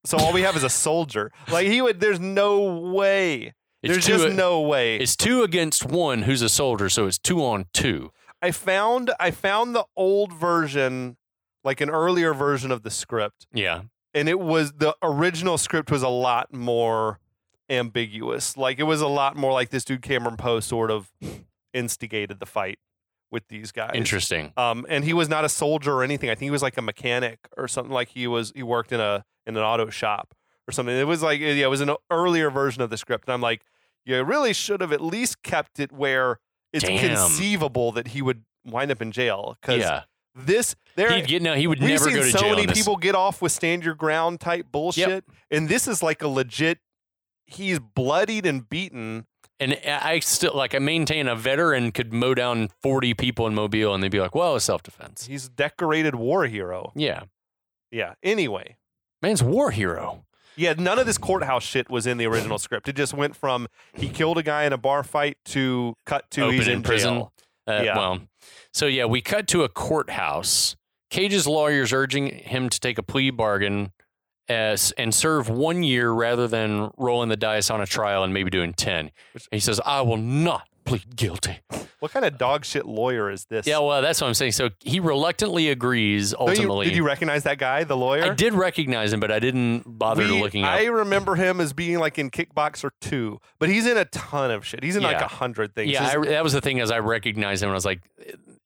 so all we have is a soldier. Like he would. There's no way.
It's
there's
two
just
a-
no way.
It's two against one. Who's a soldier? So it's two on two.
I found I found the old version, like an earlier version of the script,
Yeah.
and it was the original script was a lot more ambiguous. Like it was a lot more like this dude Cameron Poe sort of instigated the fight with these guys.
Interesting.
Um, and he was not a soldier or anything. I think he was like a mechanic or something. Like he was he worked in a in an auto shop or something. It was like yeah, it was an earlier version of the script. And I'm like, you really should have at least kept it where it's
Damn.
conceivable that he would wind up in jail because
Yeah.
This there
He'd get no. He would
we've
never
seen
go to
so
jail. on
many
this.
people get off with stand your ground type bullshit, and this is like a legit. He's bloodied and beaten.
and I I still like. I maintain a veteran could mow down forty people in Mobile, and they'd be like, "Well, it's self defense."
He's a decorated war hero.
Yeah,
Yeah. Anyway,
man's war hero.
yeah. None of this courthouse shit was in the original script. It just went from he killed a guy in a bar fight to cut to
Open
he's
in
in
prison.
jail.
Uh,
Yeah.
Well, so yeah, we cut to a courthouse. Cage's lawyers urging him to take a plea bargain as, and serve one year rather than rolling the dice on a trial and maybe doing 10. And he says, I will not plead guilty.
What kind of dog shit lawyer is this?
Yeah, well, that's what I'm saying. So he reluctantly agrees
Don't you-
ultimately.
did you recognize that guy, the lawyer?
I did recognize him, but I didn't bother
We-
looking up.
I remember him as being like in Kickboxer 2, but he's in a ton of shit. He's in like
Yeah.
a hundred things.
yeah,
His-
I, that was the thing as I recognized him. And I was like,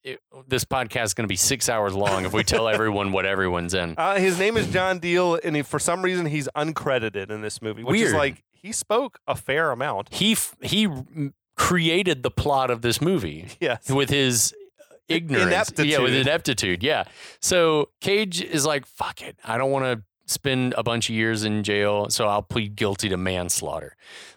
"It- this podcast is going to be six hours long if we tell everyone what everyone's in.
Uh, his name is John Deal, and he, for some reason he's uncredited in this movie, which is
Weird.
like he spoke a fair amount.
he f- he m- created the plot of this movie
Yes,
with his ignorance yeah with
Ineptitude.
ineptitude yeah so cage is like fuck it i don't want to spend a bunch of years in jail so i'll plead guilty to manslaughter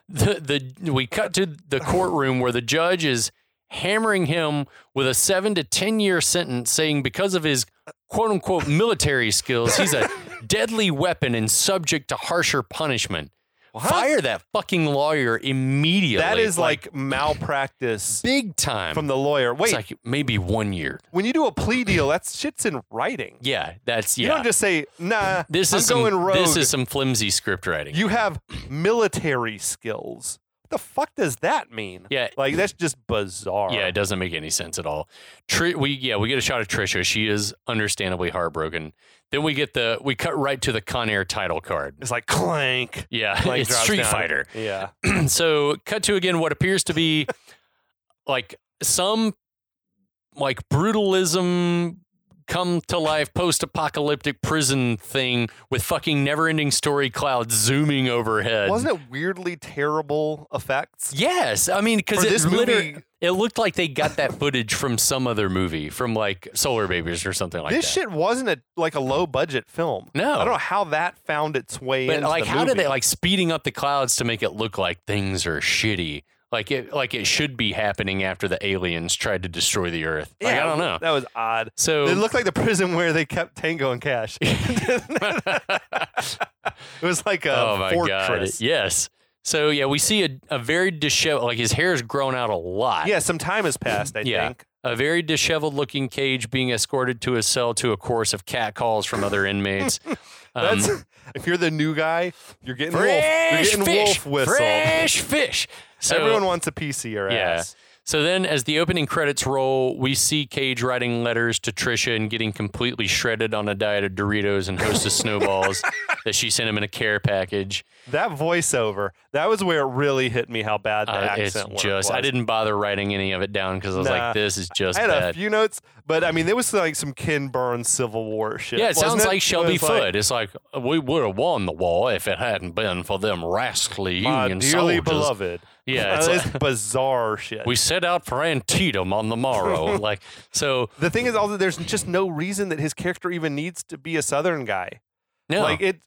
the, the we cut to the courtroom where the judge is hammering him with a 7 to 10 year sentence saying because of his quote unquote military skills he's a deadly weapon and subject to harsher punishment
What?
Fire that fucking lawyer immediately.
that is like, malpractice
big time.
from the lawyer. Wait,
it's like maybe one year.
when you do a plea deal, that shit's in writing.
Yeah, that's
You
yeah.
don't just say, "Nah,
this
I'm
is
going
some,
rogue."
This is some flimsy script writing.
you have military skills. What the fuck does that mean?
yeah,
Like that's just bizarre.
yeah. It doesn't make any sense at all. Tri- we yeah we get a shot of Trisha. She is understandably heartbroken. Then we get the we cut right to the Con Air title card.
It's like clank.
Yeah,
Like
it's Street Fighter.
Yeah.
so cut to again what appears to be like some like brutalism come to life post-apocalyptic prison thing with fucking never-ending story clouds zooming overhead
Wasn't it weirdly terrible effects?
yes i mean because
For
it
this
liter-
movie-
it looked like they got that footage from some other movie from like solar babies or something like
this
that
shit wasn't a like a low budget film.
No.
I don't know how that found its way
but
into
like
the
how did
movie.
they like speeding up the clouds to make it look like things are shitty like it like it should be happening after the aliens tried to destroy the earth like i don't know
That was odd.
so
It looked like the prison where they kept Tango and Cash. it was like a
oh my
fortress.
god yes so yeah we see a, a very disheveled like his hair's grown out a lot
Yeah, some time has passed. I
Yeah.
think.
a very disheveled looking cage being escorted to his cell to a chorus of catcalls from other inmates Um,
That's if you're the new guy, you're getting
fresh
wolf. You're getting
fish
wolf whistle.
fresh fish so
Everyone wants a piece of your
Yeah.
ass.
So then, as the opening credits roll, we see Cage writing letters to Trisha and getting completely shredded on a diet of Doritos and Hostess snowballs that she sent him in a care package.
That voiceover. That was where it really hit me how bad the
Uh,
accent
it's
work
just, I
was.
didn't bother writing any of it down because I was
Nah.
like, this is just
I had a
bad.
few notes, but I mean, there was like some Ken Burns Civil War shit.
yeah, it
wasn't
sounds like Shelby
It was
Foote. it's like we would have won the war if it hadn't been for them rascally
My
Union
dearly
soldiers.
beloved.
Yeah,
Uh,
it's
it's
like,
bizarre shit.
we set out for Antietam on the morrow. like, so
the thing is, also, there's just no reason that his character even needs to be a Southern guy.
no,
Like it,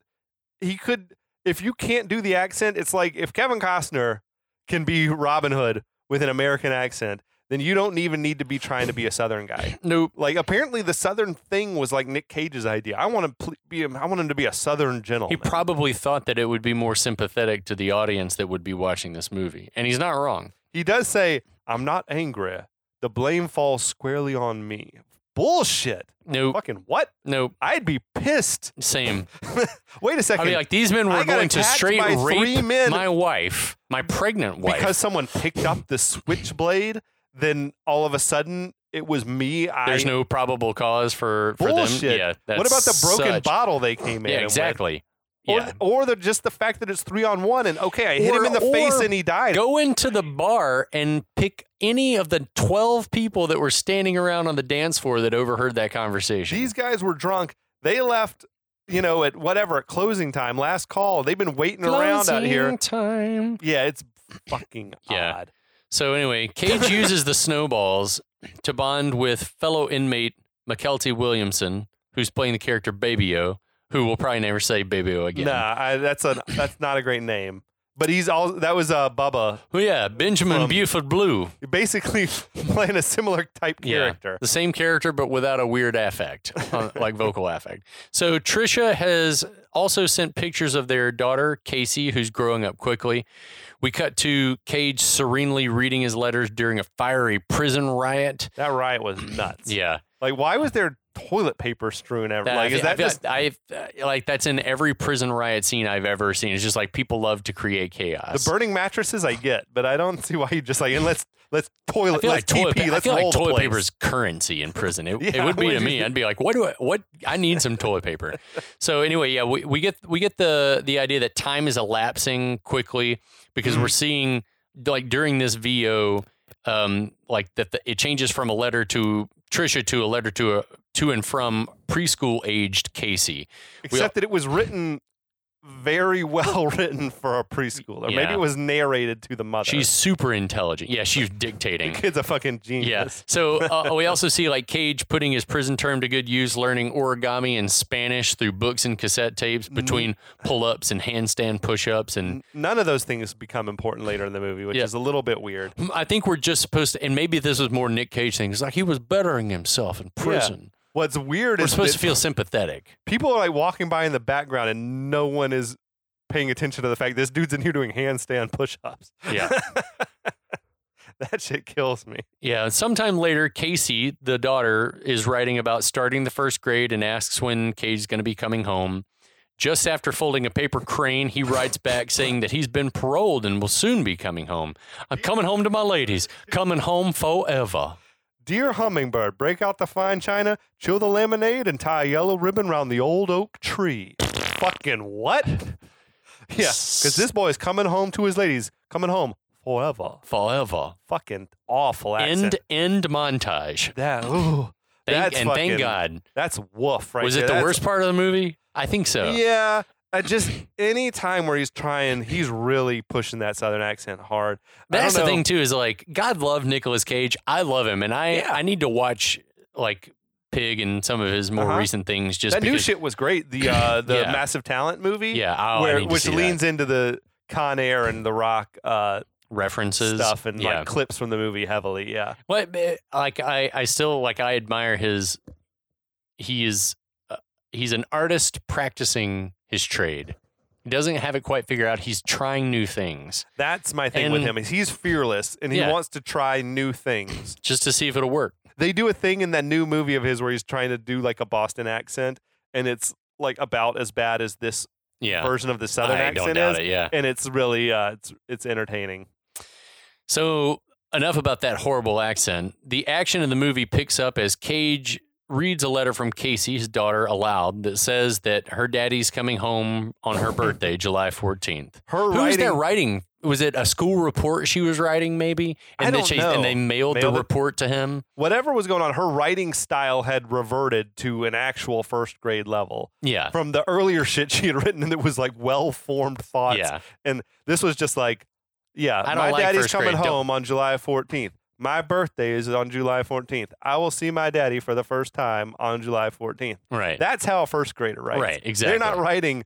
he could. If you can't do the accent, it's like if Kevin Costner can be Robin Hood with an American accent, then you don't even need to be trying to be a Southern guy.
nope.
Like apparently, the Southern thing was like Nick Cage's idea. I want to pl- be. I want him to be a Southern
He
gentleman.
probably thought that it would be more sympathetic to the audience that would be watching this movie. And he's not wrong.
He does say, I'm not angry. The blame falls squarely on me. Bullshit.
Nope.
Fucking what?
Nope.
I'd be pissed.
Same.
Wait a
I
second.
mean, like, these men
I
were
got
going to
attacked
straight
by
rape
three men.
my wife, my pregnant wife.
because someone picked up the switchblade, then all of a sudden it was me. I
There's no probable cause for, for them.
bullshit.
Yeah. That's
what about the broken
such-
bottle they came in?
Yeah,
with?
exactly.
Or,
Yeah.
or the, just the fact that it's three on one and okay, I hit
Or-
him in the
or
face and he died.
Go into the bar and pick any of the 12 people that were standing around on the dance floor that overheard that conversation.
These guys were drunk. They left, you know, at whatever, at closing time, last call. They've been waiting around out here.
Closing time.
Yeah, it's fucking
Yeah.
odd.
So anyway, Cage uses the snowballs to bond with fellow inmate McKelty Williamson, who's playing the character Babyo, who will probably never say Babyo again.
Nah, I, that's a that's not a great name. But he's all that was uh, Bubba,
Well, yeah, Benjamin
From-
Buford Blue.
basically playing a similar type
Yeah,
character.
the same character, but without a weird affect, uh, like vocal affect. So Trisha has also sent pictures of their daughter Casey, who's growing up quickly. We cut to Cage serenely reading his letters during a fiery prison riot.
That riot was nuts.
Yeah,
Like, why was there toilet paper strewn everywhere? Like, is
I-
that
I-
just
I I- like that's in every prison riot scene I've ever seen. It's just like people love to create chaos.
the burning mattresses? I get, but I don't see why you just like and let's let's
I
toilet
feel
let's
like toilet,
TP
pa- I
let's
feel
roll
like
the
toilet
place.
paper is currency in prison. It,
Yeah,
it would be
what
to
is
me.
it?
I'd be like, what do I? What I need some toilet paper. So anyway, yeah, we, we get we get the the idea that time is elapsing quickly because
Mm.
we're seeing like during this VO, um, like that the, it changes from a letter to Trisha to a letter to a to and from preschool aged Casey.
Except that it was written very well written for a preschooler. Maybe
Yeah.
it was narrated to the mother.
She's super intelligent. Yeah, she's dictating.
kid's a fucking
Yeah.
genius.
So uh, we also see like Cage putting his prison term to good use, learning origami and Spanish through books and cassette tapes between pull ups and handstand push ups. And
None of those things become important later in the movie, which
Yeah.
is a little bit weird.
I think we're just supposed to, and maybe this is more Nick Cage thing. It's like he was bettering himself in prison.
What's weird
We're
is
supposed
that
to feel sympathetic.
people are like walking by in the background and no one is paying attention to the fact this dude's in here doing handstand push-ups.
Yeah.
That shit kills me.
Yeah, and sometime later, Casey, the daughter, is writing about starting the first grade and asks when Cage's going to be coming home. Just after folding a paper crane, he writes back saying that he's been paroled and will soon be coming home. I'm coming home to my ladies, coming home forever.
Dear hummingbird, break out the fine china, chill the lemonade, and tie a yellow ribbon round the old oak tree. Fucking what? Yeah, because this boy is coming home to his ladies, coming home forever.
Forever.
Fucking awful accent.
End, end montage.
that. Ooh,
Thank,
that's
and
fucking-
thank God.
That's woof right
Was
there.
it the
That's-
worst part of the movie? I think so.
Yeah. I just any time where he's trying, he's really pushing that southern accent hard. I don't
That's the
know.
thing too. Is like God love Nicolas Cage. I love him, and I
Yeah.
I need to watch like Pig and some of his more
Uh-huh.
recent things. Just
That new
because,
shit was great. The uh, the
Yeah.
massive talent movie.
Yeah, oh, I
where
need to
which
see that.
leans into the Con Air and The Rock uh,
references
stuff and
yeah.
like clips from the movie heavily. Yeah,
What eh, like I I still like I admire his. He is uh, he's an artist practicing his trade. He doesn't have it quite figured out. He's trying new things
that's my thing with
And-
him. Is he's fearless and he
Yeah.
wants to try new things.
just to see if it'll work.
They do a thing in that new movie of his where he's trying to do like a Boston accent, and it's like about as bad as this
Yeah,
version of the southern
I don't
accent
doubt
is.
it. Yeah.
and it's really uh, it's it's entertaining.
So, enough about that horrible accent. The action in the movie picks up as Cage reads a letter from Casey, his daughter, aloud that says that her daddy's coming home on her birthday, July 14th.
Her
Who was
writing,
that writing? Was it a school report she was writing, maybe?
I
And then
don't
she-
know.
And they mailed,
Mailed
the
it-
report to him.
whatever was going on, her writing style had reverted to an actual first grade level
Yeah.
from the earlier shit she had written, and it was like well formed thoughts.
Yeah.
And this was just like, yeah,
I don't
my
like
daddy's
first
coming
grade. Don't-
home on July 14th. My birthday is on July 14th. I will see my daddy for the first time on July 14th.
Right.
That's how a first grader writes.
Right, exactly.
They're not writing,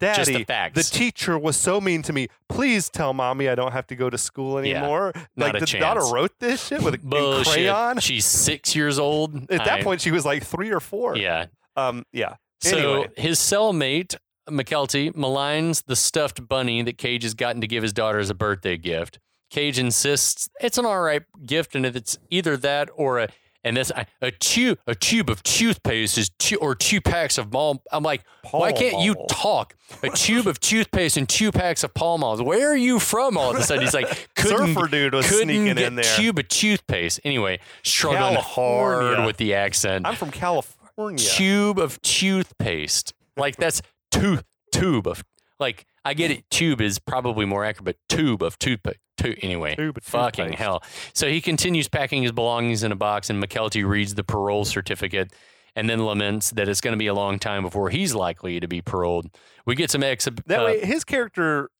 Daddy,
Just the facts."
teacher was so mean to me. Please tell mommy I don't have to go to school
Yeah,
anymore.
not
like,
a
the daughter
chance.
wrote this shit with a in
Bullshit.
crayon.
She's six years old.
At that
I-
point, she was like three or four.
Yeah.
Um, yeah.
So
Anyway.
his cellmate, McKelty, maligns the stuffed bunny that Cage has gotten to give his daughter as a birthday gift. Cage insists it's an all right gift, and if it's either that or a and this I- a tube a tube of toothpaste is two, or two packs of Mal. I'm like, why
Pall
can't you
Mall.
talk? A tube of toothpaste and two packs of Pall Malls. Where are you from? All of a sudden, he's like, couldn't,
Surfer dude was
couldn't
sneaking
get
in there.
Tube of toothpaste. Anyway, struggling
California.
hard with the accent
I'm from California.
tube of toothpaste. Like that's tooth tube of like I get it. Tube is probably more accurate, but tube of toothpaste. To, anyway,
Tube of
fucking
toothpaste.
hell. So he continues packing his belongings in a box, and McKelty reads the parole certificate and then laments that it's going to be a long time before he's likely to be paroled. We get some exhib.
that
uh,
way, his character,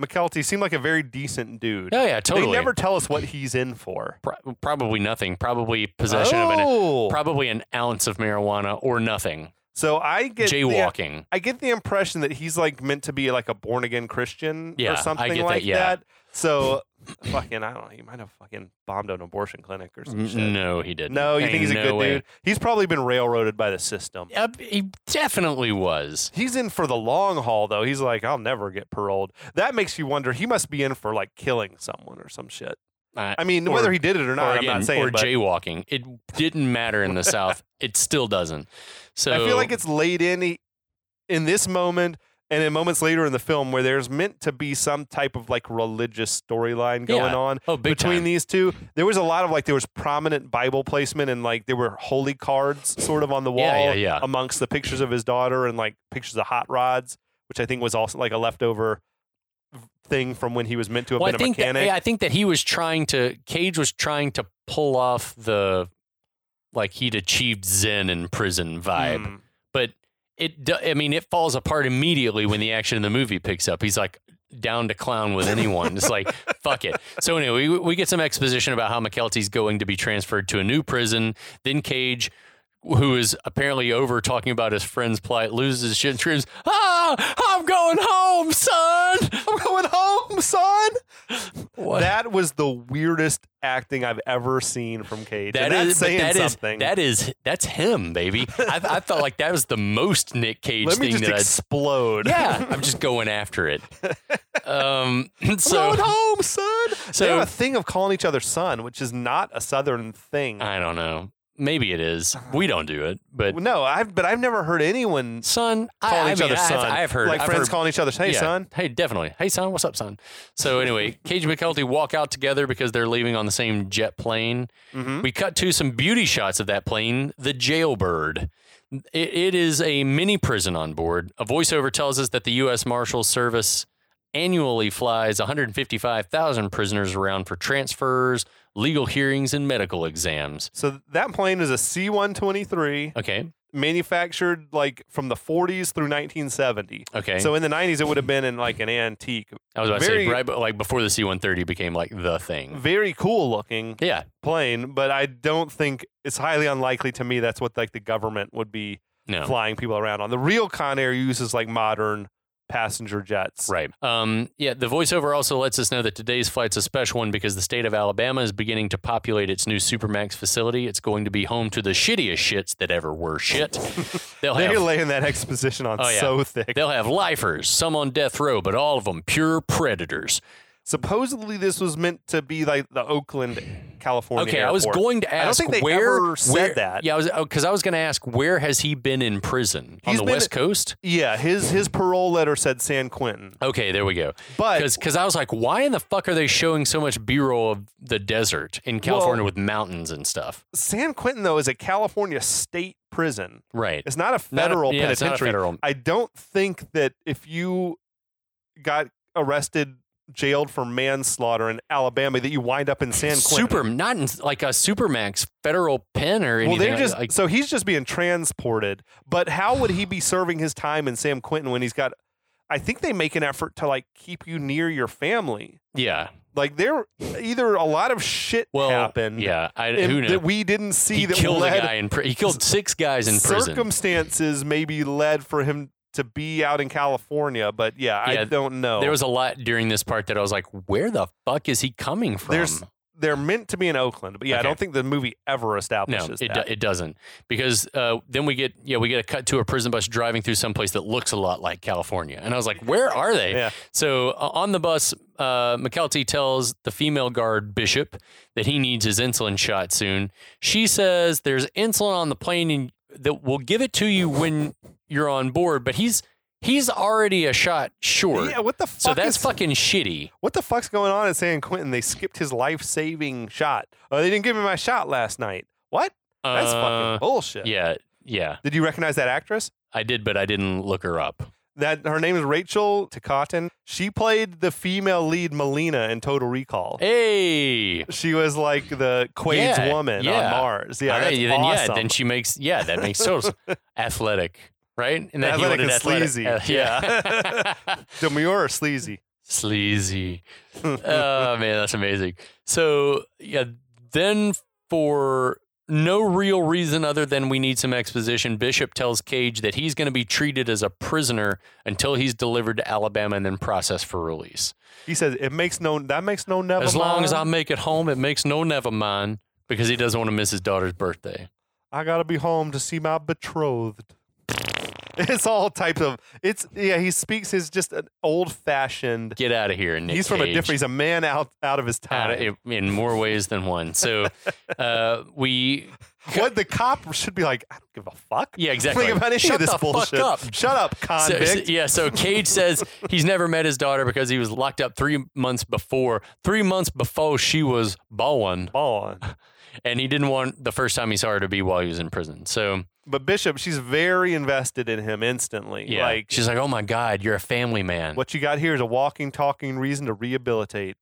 McKelty, seemed like a very decent dude.
oh yeah, totally.
They never tell us what he's in for.
Pro- probably nothing. Probably possession of an
oh,
probably an ounce of marijuana or nothing.
so I get the-
Jaywalking.
I get the impression that he's like meant to be like a born again Christian
Yeah,
or
I
something
get that,
like
yeah.
So fucking I don't know. He might have fucking bombed an abortion clinic or some shit.
No, he didn't.
No, you
Ain't
think he's a
no
good
way.
dude? He's probably been railroaded by the system.
Uh, he definitely was.
He's in for the long haul, though. He's like, I'll never get paroled. That makes you wonder. He must be in for like killing someone or some shit.
Uh,
I mean,
Or-
whether he did it or not,
or
I'm
again,
not saying.
or
but
jaywalking. It didn't matter in the South. It still doesn't. So
I feel like it's laid in he- in this moment and in moments later in the film where there's meant to be some type of like religious storyline going
Yeah.
on.
oh big
between
time.
these two. There was a lot of like there was prominent Bible placement and like there were holy cards sort of on the wall
Yeah, yeah, yeah.
amongst the pictures of his daughter and like pictures of hot rods, which I think was also like a leftover thing from when he was meant to have
well, I
been a
think that,
mechanic.
yeah, I think that he was trying to Cage was trying to pull off the like he'd achieved Zen in prison vibe,
Hmm.
but it do- I mean it falls apart immediately when the action in the movie picks up. He's like down to clown with anyone. it's like fuck it. So anyway, we, we get some exposition about how McKelty's going to be transferred to a new prison. Then Cage. Who is apparently over talking about his friend's plight loses his shit and screams, Ah, I'm going home, son.
I'm going home, son.
What?
That was the weirdest acting I've ever seen from Cage.
That
and that's
is but
saying
that is-
something.
that is that's him, baby. I, I felt like that was the most Nick Cage
Let me
thing
just
that
explode.
I. Yeah, I'm just going after it. Um,
I'm going
so
home, son. they
So-
have a thing of calling each other son, which is not a Southern thing.
I don't know. Maybe it is. We don't do it, but
Well, no, I've but I've never heard anyone
son, I,
calling
I
Uh-huh. each
mean,
other
I've,
son.
I've heard
like
I've
friends
heard,
calling each other, "Hey,
yeah.
son."
Hey, definitely. Hey, son. What's up, son? So anyway, Cage and McKelty walk out together because they're leaving on the same jet plane.
Mm-hmm.
We cut to some beauty shots of that plane, the Jailbird. It, it is a mini prison on board. A voiceover tells us that the U.S. Marshal Service annually flies 155,000 prisoners around for transfers, legal hearings, and medical exams.
So that plane is a C-123,
Okay.
manufactured like from the 40s through 1970.
Okay.
So in the 90s, it would have been in like an antique,
I was about to
very-
say right, but like before the C-130 became like the thing.
very cool looking
Yeah.
plane. But I don't think it's highly unlikely to me that's what like the government would be
No.
flying people around on. The real Conair uses like modern passenger jets.
Right. Um, yeah, the voiceover also lets us know that today's flight's a special one because the state of Alabama is beginning to populate its new Supermax facility. It's going to be home to the shittiest shits that ever were shit. They'll
They're
have,
laying that exposition on
Oh, yeah.
so thick.
they'll have lifers, some on death row, but all of them pure predators.
Supposedly, this was meant to be like the Oakland, California.
Okay, I was
airport.
going to
don't
ask
think they
where
ever said
where-
that.
Yeah, I was because I was going to ask where has he been in prison on
He's
the
been-
West Coast?
Yeah, his his parole letter said San Quentin,
Okay, there we go.
but
Because I was like, why in the fuck are they showing so much B-roll of the desert in California with mountains and stuff?
San Quentin though is a California state prison.
Right.
It's not a
Not a-
federal
yeah, it's not a
penitentiary.
federal-
I don't think that if you got arrested, jailed for manslaughter in Alabama, that you wind up in San Quentin.
Super, not in, like a supermax federal pen or anything.
Well, they're
like-
just
like,
so he's just being transported. But how would he be serving his time in San Quentin when he's got? I think they make an effort to like keep you near your family.
yeah.
Like there, either a lot of shit
Well,
happened.
Yeah, I,
and-
who knows?
that we didn't see
he
that
killed a
led
guy in prison. He killed six guys in prison.
circumstances maybe led for him to be out in California. But yeah, I
Yeah,
don't know.
There was a lot during this part that I was like, where the fuck is he coming from?
There's- They're meant to be in Oakland, but yeah, I
Okay.
don't think the movie ever
no,
establishes
it, do-
that.
it doesn't because uh, then we get yeah we get a cut to a prison bus driving through someplace that looks a lot like California, and I was like, where are they?
Yeah.
So uh, on the bus, uh, McKelty tells the female guard Bishop that he needs his insulin shot soon. She says there's insulin on the plane and that we'll give it to you when you're on board, but he's he's already a shot short.
Yeah, what the fuck?
so that's
is-
fucking shitty.
what the fuck's going on at San Quentin? They skipped his life saving shot. Oh, they didn't give me my shot last night. What? That's
Uh,
fucking bullshit.
yeah, yeah.
Did you recognize that actress?
I did, but I didn't look her up.
That her name is Rachel Takatin. She played the female lead Melina in Total Recall.
Hey,
She was like the Quaid's
Eh. Yeah,
woman on
yeah.
Mars. Yeah,
All right,
that's
then
awesome.
yeah, then she makes yeah, that makes total sense. athletic, right? And then he
Athletic
wanted
and sleazy.
uh, yeah.
Demure or sleazy.
sleazy. oh man, that's amazing. So yeah, then for no real reason other than we need some exposition. Bishop tells Cage that he's going to be treated as a prisoner until he's delivered to Alabama and then processed for release.
He says it makes no that makes no never.
as long as I
mind.
make it home, it makes no never mind because he doesn't want to miss his daughter's birthday.
I gotta be home to see my betrothed. It's all types of it's yeah. He speaks his just an old fashioned.
Get out of here, Nick.
He's from a
Cage.
different. He's a man out out of his
Out
time.
of- in more ways than one. So uh, we
what the cop should be like? I don't give a fuck.
Yeah, exactly.
Think about any
Shut
of this
the fuck
bullshit.
up.
Shut up,
So-
convict.
so- yeah, so Cage says he's never met his daughter because he was locked up three months before. Three months before she was born,
on.
and he didn't want the first time he saw her to be while he was in prison. So
But Bishop, she's very invested in him instantly.
yeah,
Like
she's like, "Oh my God, you're a family man."
what you got here is a walking, talking reason to rehabilitate.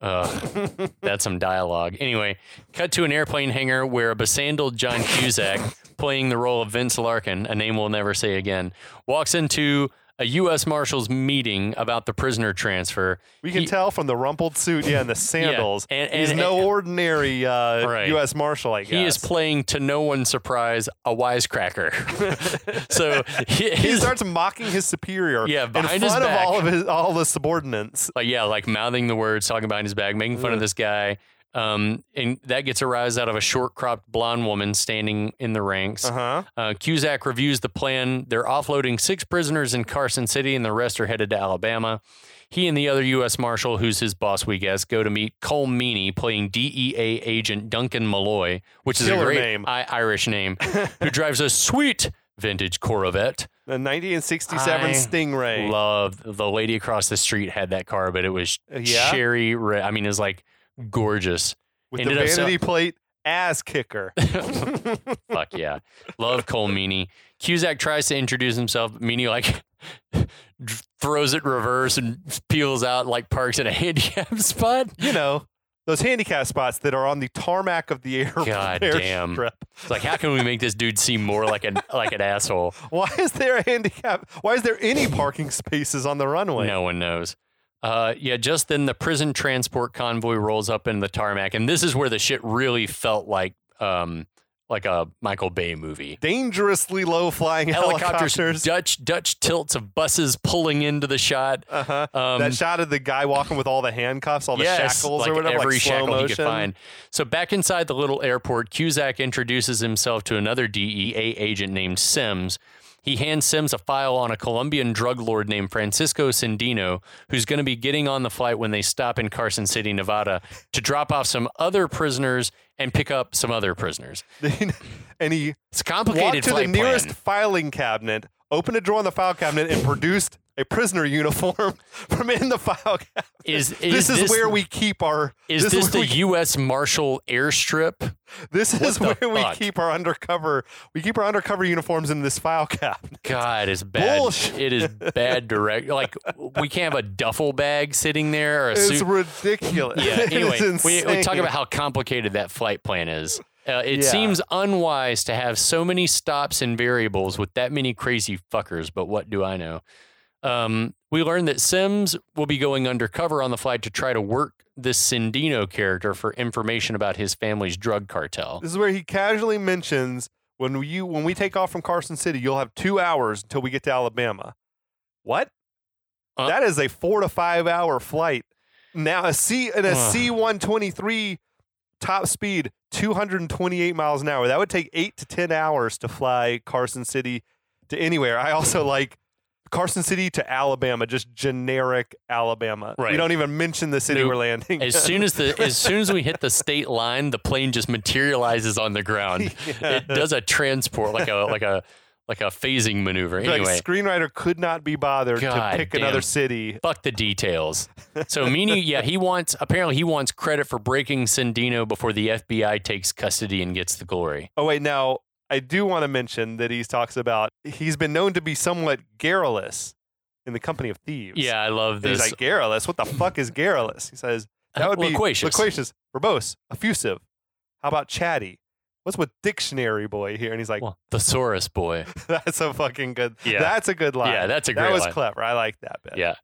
Ugh, Uh, that's some dialogue. Anyway, cut to an airplane hangar where a besandled John Cusack, playing the role of Vince Larkin, a name we'll never say again, walks into a U.S. Marshals meeting about the prisoner transfer.
We can
He-
tell from the rumpled suit, yeah, and the sandals.
and-
he's
and-
no
and-
ordinary uh,
Right.
U.S. Marshal, I guess.
He is playing to no one's surprise a wisecracker. so he,
he
his-
starts mocking his superior
Yeah,
in
behind
front
his
of
back.
all of his all the subordinates.
like yeah, like mouthing the words, talking behind his back, making fun
Mm.
of this guy. Um, and that gets a rise out of a short cropped blonde woman standing in the ranks.
Uh-huh.
Uh, Cusack reviews the plan. They're offloading six prisoners in Carson City, and the rest are headed to Alabama. He and the other U.S. Marshal, who's his boss, we guess, go to meet Cole Meany, playing DEA agent Duncan Malloy, which is
Killer
a great
name.
I- Irish name, who drives a sweet vintage Corvette.
The 1967
I
Stingray.
Love the lady across the street had that car, but it was
Uh, yeah?
cherry red. I mean, it was like gorgeous.
with the
ended up sell-
vanity plate ass kicker.
Fuck yeah. Love Cole Meany. Cusack tries to introduce himself. but Meany, like, throws it reverse and peels out, like, parks in a handicap spot.
you know, those handicap spots that are on the tarmac of the air.
God
air
damn.
strip.
It's like, how can we make this dude seem more like an, like an asshole?
Why is there a handicap? Why is there any parking spaces on the runway?
No one knows. Uh, yeah, just then the prison transport convoy rolls up into the tarmac, and this is where the shit really felt like um, like a Michael Bay movie.
Dangerously low flying
Helicopters,
helicopters.
Dutch Dutch tilts of buses pulling into the shot.
Uh-huh.
Um,
that shot of the guy walking with all the handcuffs, all the
yes,
shackles
like
or whatever,
every
like slow
shackle
motion.
he could find. So back inside the little airport, Cusack introduces himself to another DEA agent named Sims. He hands Sims a file on a Colombian drug lord named Francisco Sendino, who's going to be getting on the flight when they stop in Carson City, Nevada, to drop off some other prisoners and pick up some other prisoners.
and he
It's a
walked
complicated
to the
flight
nearest
plan.
filing cabinet, opened a drawer in the file cabinet, and produced a prisoner uniform from in the file cabinet.
Is, is
this is where we keep our.
is
this
this,
is
the
where we
U.S. Marshal airstrip?
This is
the
where we
fuck?
keep our undercover. We keep our undercover uniforms in this file cabinet.
God, it's bad.
Bullshit.
It is bad direct. Like we can't have a duffel bag sitting there or a
It's
suit.
ridiculous.
yeah.
It's
Anyway, we, we talk
insane.
about how complicated that flight plan is. Uh, it
Yeah.
seems unwise to have so many stops and variables with that many crazy fuckers, but what do I know? Um, we learned that Sims will be going undercover on the flight to try to work this Sindino character for information about his family's drug cartel.
This is where he casually mentions when you when we take off from Carson City, you'll have two hours until we get to Alabama. What?
Uh.
that is a four to five hour flight. Now a C and a
Ugh.
C one twenty three top speed, two hundred and twenty eight miles an hour. That would take eight to ten hours to fly Carson City to anywhere. I also like Carson City to Alabama, just generic Alabama. We
Right.
don't even mention the city
Nope.
we're landing.
As soon as the as soon as we hit the state line, the plane just materializes on the ground. It does a transport like a like a like a phasing maneuver.
Like,
Anyway,
screenwriter could not be bothered to
God
pick
damn.
another city
fuck the details. So Meany, yeah, he wants apparently he wants credit for breaking Sendino before the FBI takes custody and gets the glory.
Oh wait, now I do want to mention that he talks about he's been known to be somewhat garrulous in the company of thieves.
Yeah, I love
And he's
this.
like garrulous. What the fuck is garrulous? He says that would be
Loquacious.
loquacious, verbose, effusive. How about chatty? What's with dictionary boy here? And he's like,
Well, thesaurus boy.
that's a fucking good.
Yeah.
that's a good line.
Yeah, that's a great
that was
line.
clever. I like that bit.
Yeah.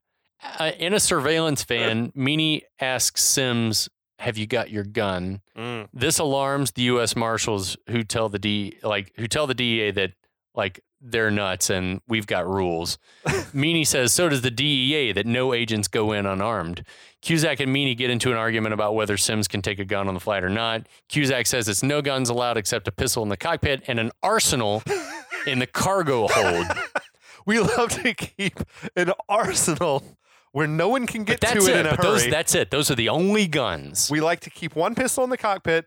Uh, in a surveillance van, Meany asks Sims have you got your gun?
Mm.
this alarms the U.S. Marshals who tell the D like who tell the DEA that like they're nuts and we've got rules. Meany says so does the DEA that no agents go in unarmed. Cusack and Meany get into an argument about whether Sims can take a gun on the flight or not. Cusack says it's no guns allowed except a pistol in the cockpit and an arsenal in the cargo hold.
We love to keep an arsenal where no one can
But
get to
that's
it,
it.
in a
But
hurry.
those that's it. Those are the only guns.
we like to keep one pistol in the cockpit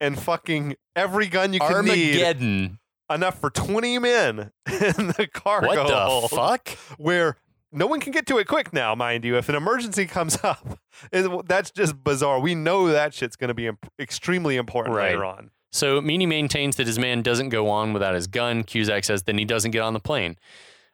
and fucking every gun you can need
Armageddon.
enough for 20 men in the cargo
What the
hold,
fuck?
where no one can get to it quick now, mind you. If an emergency comes up, it- that's just bizarre. We know that shit's going to be imp- extremely important
Right.
later on.
So Meany maintains that his man doesn't go on without his gun. Cusack says then he doesn't get on the plane.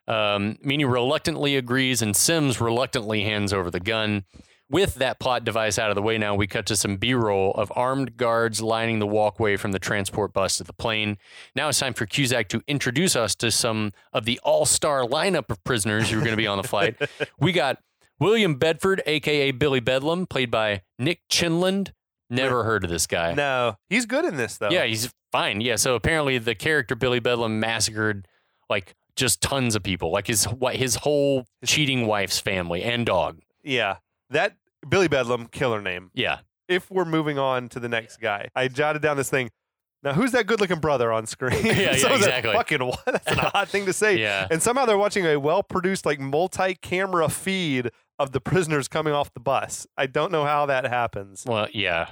Um, Meany reluctantly agrees, and Sims reluctantly hands over the gun. With that plot device out of the way now, we cut to some B roll of armed guards lining the walkway from the transport bus to the plane. Now it's time for Cusack to introduce us to some of the all star lineup of prisoners who are going to be on the flight. We got William Bedford, aka Billy Bedlam, played by Nick Chinland. Never heard of this guy.
No, he's good in this, though.
Yeah, he's fine. Yeah, so apparently the character Billy Bedlam massacred like just tons of people, like his what his whole cheating wife's family and dog.
Yeah. That Billy Bedlam, killer name.
Yeah,
If we're moving on to the next guy, I jotted down this thing. Now, who's that good looking brother on screen?
Yeah,
So that
yeah, exactly.
Fucking what? That's an odd thing to say.
yeah.
And somehow they're watching a well produced, like multi camera feed of the prisoners coming off the bus. I don't know how that happens.
Well, yeah,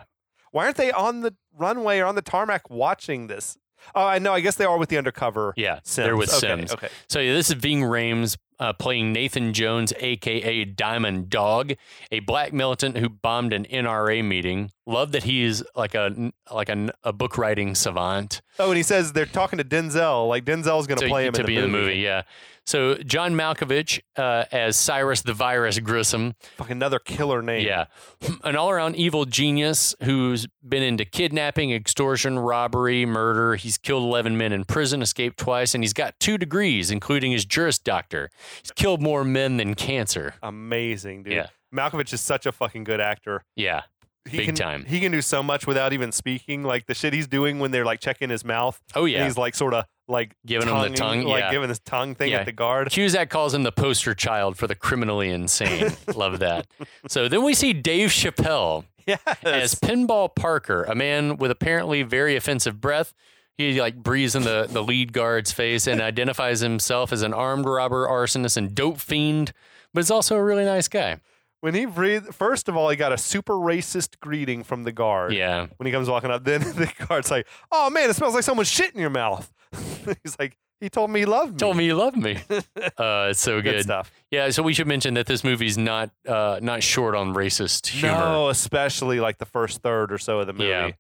Why aren't they on the runway or on the tarmac watching this? Oh, I know. I guess they are with the undercover.
yeah.
Sims.
They're with
okay,
Sims.
Okay.
So yeah, this is Ving Rames uh, playing Nathan Jones, aka Diamond Dog, a black militant who bombed an NRA meeting. Love that he's like a like a, a book writing savant.
Oh, and he says they're talking to Denzel. Like Denzel's going to play him in
be
the
in the
movie.
movie. Yeah. So John Malkovich uh, as Cyrus the Virus Grissom.
Fuck another killer name.
Yeah. An all around evil genius who's been into kidnapping, extortion, robbery, murder. He's killed 11 men in prison, escaped twice, and he's got two degrees, including his Juris Doctor. He's killed more men than cancer.
Amazing, dude.
Yeah.
Malkovich is such a fucking good actor.
Yeah.
He
Big
can,
time.
He can do so much without even speaking. Like the shit he's doing when they're like checking his mouth.
Oh,
And
yeah.
he's like sort of like
Giving him the tongue.
like
yeah.
giving this tongue thing
Yeah.
at the guard.
Cusack calls him the poster child for the criminally insane. Love that. So then we see Dave Chappelle.
Yes.
as Pinball Parker, a man with apparently very offensive breath. He like breathes in the, the lead guard's face and identifies himself as an armed robber, arsonist, and dope fiend, but is also a really nice guy.
when he breathed, first of all, he got a super racist greeting from the guard.
Yeah.
When he comes walking up, then the guard's like, "Oh man, it smells like someone's shit in your mouth." he's like, "He told me he loved me."
Told me you loved me. Uh, it's so
good,
good.
stuff.
Yeah, so we should mention that this movie's not uh, not short on racist humor.
No, especially like the first third or so of the movie.
Yeah.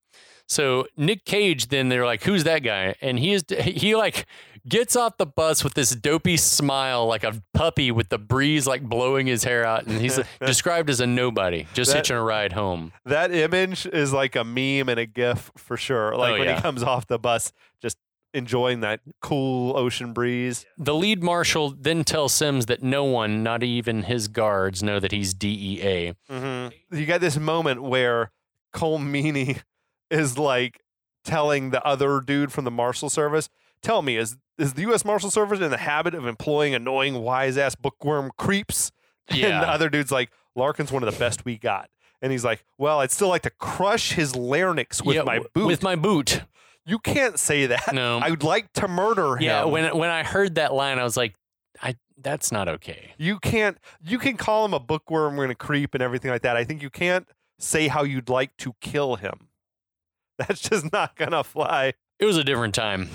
So Nick Cage, then they're like, "Who's that guy?" And he is he like gets off the bus with this dopey smile, like a puppy with the breeze like blowing his hair out, and he's uh, described as a nobody, just
That-
hitching a ride home.
That image is like a meme and a gif for sure. Like when
Oh, yeah.
he comes off the bus, just enjoying that cool ocean breeze.
The lead marshal then tells Sims that no one, not even his guards, know that he's E DEA.
Mm-hmm. You got this moment where Cole Meany is like telling the other dude from the Marshal Service, "Tell me, is is the U.S. Marshal Service in the habit of employing annoying wise ass bookworm creeps?" And the
Yeah.
other dude's like, "Larkin's one of the best we got." And he's like, "Well, I'd still like to crush his larynx with
Yeah,
my
w-
boot."
With my boot.
you can't say that.
No.
I would like to murder him.
Um, yeah. When when I heard that line, I was like, I that's not okay.
You can't. You can call him a bookworm and a creep and everything like that. I think you can't say how you'd like to kill him. That's just not gonna fly.
It was a different time.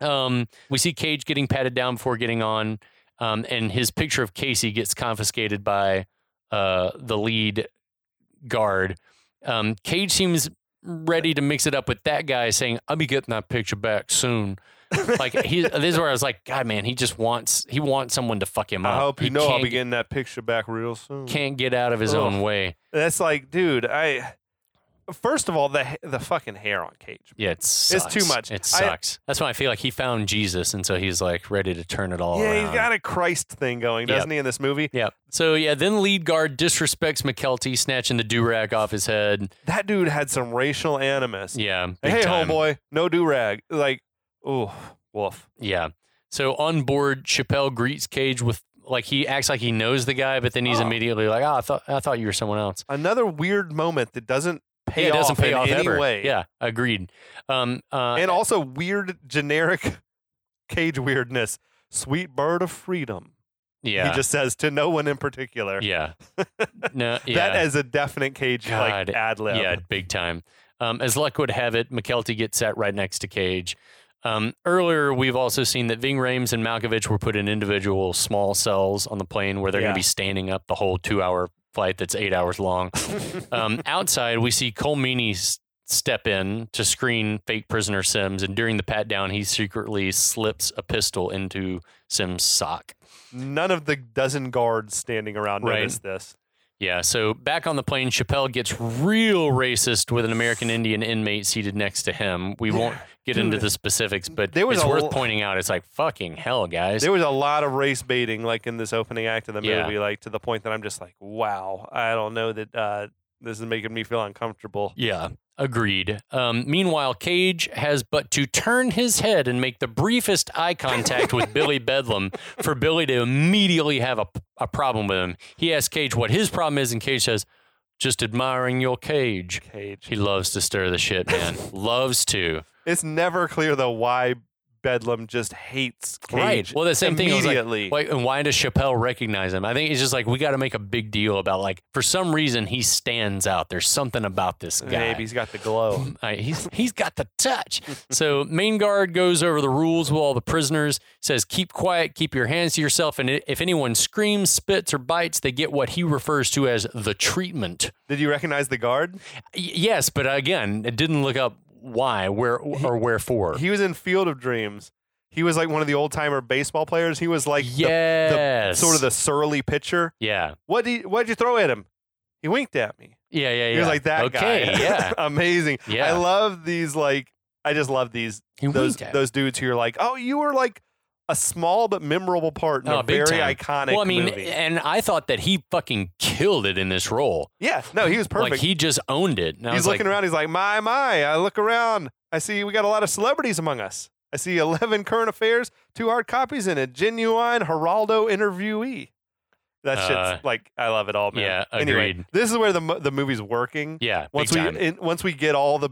um, we see Cage getting patted down before getting on, um, and his picture of Casey gets confiscated by uh, the lead guard. Um, Cage seems ready to mix it up with that guy, saying, "I'll be getting that picture back soon." like he, this is where I was like, "God, man, he just wants he wants someone to fuck him up."
I hope you
He
know I'll
Uh, can't-
be getting that picture back real soon.
can't get out of his
Ugh.
own way.
That's like, dude, I First of all, the ha- the fucking hair on Cage.
Yeah, it
It's
sucks.
too much. I-
It sucks. That's why I feel like he found Jesus, and so he's like ready to turn it all
yeah,
around.
he's got a Christ thing going,
Yep.
doesn't he, in this movie?
Yeah. So yeah, then lead guard disrespects McKelty, snatching the do rag off his head.
That dude had some racial animus.
Yeah. big
hey,
time.
homeboy, no do rag. Like, ooh, woof.
Yeah. So on board, Chappelle greets Cage with like he acts like he knows the guy, but then he's
Oh.
immediately like, "Oh, I thought I thought you were someone else."
Another weird moment that doesn't pay
yeah, it
off
doesn't pay
in
off
any
ever.
way.
Yeah, agreed. Um, uh,
and also weird generic cage weirdness. Sweet bird of freedom.
yeah,
He just says to no one in particular.
yeah, no, yeah,
That is a definite cage like
God,
ad lib.
yeah, big time. Um, as luck would have it, McKelty gets sat right next to Cage. Um, earlier, we've also seen that Ving Rhames and Malkovich were put in individual small cells on the plane where they're going
Yeah.
to be standing up the whole two-hour flight that's eight hours long. um, outside, we see Cole Meany s- step in to screen fake prisoner Sims, and during the pat down, he secretly slips a pistol into Sims' sock.
None of the dozen guards standing around
Right.
notice this.
Yeah, so back on the plane, Chappelle gets real racist with an American Indian inmate seated next to him. We won't get into
dude.
the specifics, but
There was
it's
a
worth
l-
pointing out. It's like fucking hell, guys.
There was a lot of race baiting like in this opening act of the
Yeah.
movie, like to the point that I'm just like, wow, I don't know that uh, this is making me feel uncomfortable.
yeah, agreed. Um, meanwhile, Cage has but to turn his head and make the briefest eye contact with Billy Bedlam for Billy to immediately have a, a problem with him. He asks Cage what his problem is, and Cage says, "Just admiring your cage."
Cage.
He loves to stir the shit, man. loves to.
It's never clear though why Bedlam just hates Cage.
Right. Well, the same thing. I was like,
immediately.
Like, and why does Chappelle recognize him? I think it's just like we got to make a big deal about like for some reason he stands out. There's something about this guy.
Maybe he's got the glow.
I- he's he's got the touch. so main guard goes over the rules with all the prisoners. Says keep quiet, keep your hands to yourself, and i- if anyone screams, spits, or bites, they get what he refers to as the treatment.
Did you recognize the guard?
Y- yes, but again, it didn't look up why, where, or wherefore.
He was in Field of Dreams. He was like one of the old timer baseball players. He was like the- the,
yes,
sort of the surly pitcher.
yeah,
What did what did you throw at him? He winked at me.
yeah, yeah, yeah.
He was like that
okay,
guy.
yeah.
amazing.
Yeah.
I love these like I just love these
He
those
winked at
those dudes who are like, oh, you were like a small but memorable part in
Oh,
a
big
very
time.
iconic.
Well, I mean, eh,
movie.
and I thought that he fucking killed it in this role.
yeah, no, he was perfect.
Like he just owned it. And I
he's
was
looking
like,
around. He's like, my my. I look around. I see we got a lot of celebrities among us. I see eleven current affairs, two hard copies, and a genuine Geraldo interviewee. That
Uh,
shit's like I love it all, man.
yeah,
Anyway,
agreed.
this is where the mo- the movie's working.
Yeah,
once
big time.
we in, once we get all the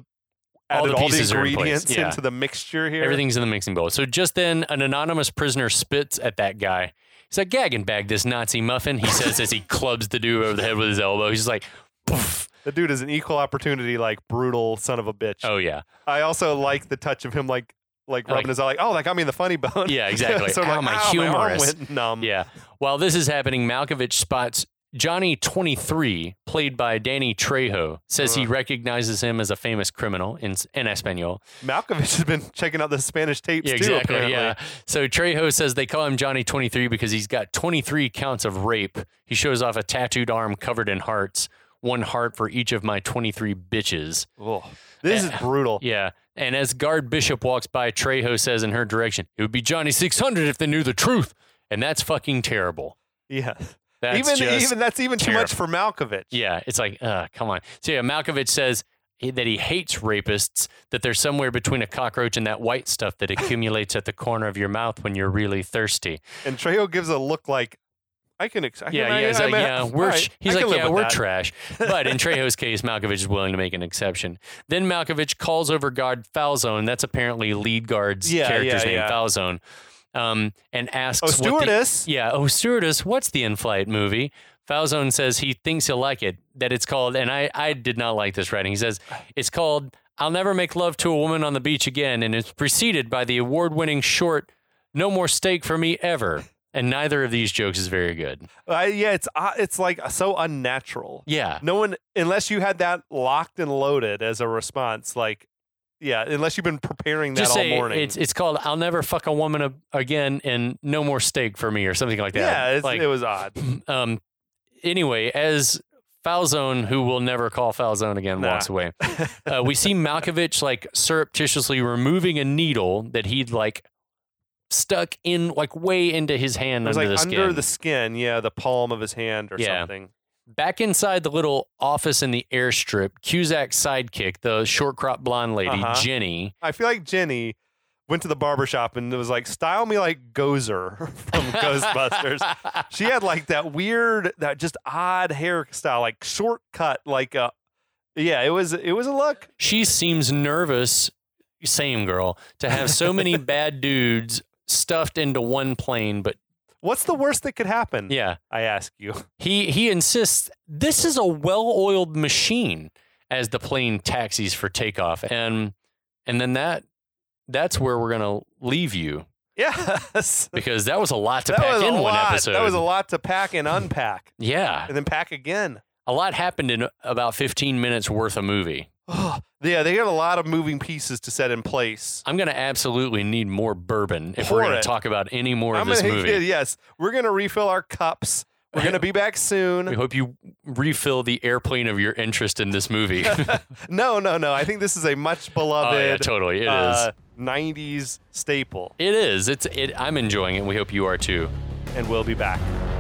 All
added
the
all the
pieces are in place,
ingredients
yeah.
into the mixture here.
Everything's in the mixing bowl. So just then, an anonymous prisoner spits at that guy. He's like, "Gag and bag this Nazi muffin," he says as he clubs the dude over the head with his elbow. He's just like, "Poof!"
The dude is an equal opportunity, like brutal son of a bitch.
Oh yeah,
I also like the touch of him, like like rubbing
Like-
his eye, like oh, that got me in the funny bone.
Yeah, exactly.
so
Ow,
like,
my
"Ow, arm
humerus."
went numb.
yeah. While this is happening, Malkovich spots Johnny Twenty Three, played by Danny Trejo. Says he
Uh.
recognizes him as a famous criminal in in Espanol.
Malkovich has been checking out the Spanish tapes
Yeah,
too.
exactly.
apparently.
Yeah. So Trejo says they call him Johnny 23 because he's got 23 counts of rape. He shows off a tattooed arm covered in hearts, one heart for each of my 23 bitches.
Ugh. This is brutal.
Yeah. And as guard Bishop walks by, Trejo says in her direction, "It would be Johnny 600 if they knew the truth." And that's fucking terrible.
Yeah,
That's
even
just
even that's even too much for Malkovich.
yeah, it's like, uh, come on. So yeah, Malkovich says he- that he hates rapists, that they're somewhere between a cockroach and that white stuff that accumulates at the corner of your mouth when you're really thirsty.
And Trejo gives a look like I can. Ex- I
Yeah,
can, I-
yeah, he's
I-
like,
I-
yeah, we're.
all right,
sh he's
I can
like,
live
yeah,
with
we're
that."
trash. But in Trejo's case, Malkovich is willing to make an exception. Then Malkovich calls over guard Falzone. That's apparently lead guard's
Yeah,
character's
yeah,
name,
yeah.
Falzone. Um, and asks,
Oh,
what the-
stewardess.
yeah, oh stewardess, what's the in-flight movie? Falzone says he thinks he'll like it. That it's called, and I I did not like this writing. He says it's called "I'll Never Make Love to a Woman on the Beach Again," and it's preceded by the award-winning short "No More Steak for Me Ever." And neither of these jokes is very good.
Uh, yeah, it's uh, it's like so unnatural.
Yeah,
No one, unless you had that locked and loaded as a response, like, yeah, unless you've been preparing that
just
all
say
morning.
it's it's called "I'll Never Fuck a Woman a- Again" and "No More Steak for Me" or something like that.
yeah, it's,
like,
it was odd.
um, anyway, as Falzone, who will never call Falzone again,
Nah.
walks away. Uh, we see Malkovich like surreptitiously removing a needle that he'd like stuck in like way into his hand
It was
under
like
the skin.
under the skin, yeah, the palm of his hand or
Yeah.
something.
Back inside the little office in the airstrip, Cusack's sidekick, the short crop blonde lady,
Uh-huh.
Jenny,
I feel like Jenny went to the barber shop and was like, "Style me like Gozer from Ghostbusters." She had like that weird, that just odd hairstyle, like shortcut, like a. Yeah, it was it was a look.
she seems nervous, same girl, to have so many bad dudes stuffed into one plane. But
What's the worst that could happen?
yeah,
I ask you.
He he insists this is a well-oiled machine as the plane taxis for takeoff, and and then that that's where we're gonna leave you
Yes.
because that was a lot to
that
pack
was
in
a
one
lot.
episode.
That was a lot to pack and unpack,
yeah,
and then pack again.
a lot happened in about fifteen minutes worth of movie.
Oh, yeah, they had a lot of moving pieces to set in place.
I'm gonna absolutely need more bourbon if
Pour
we're gonna
it.
talk about any more of
I'm
this
gonna-
movie.
Yes, we're gonna refill our cups. We're gonna be back soon.
We hope you refill the airplane of your interest in this movie.
no, no, no. I think this is a much beloved
oh yeah, totally. It is.
uh, 90s staple,
It is. It's. It. I'm enjoying it. We hope you are too.
and we'll be back.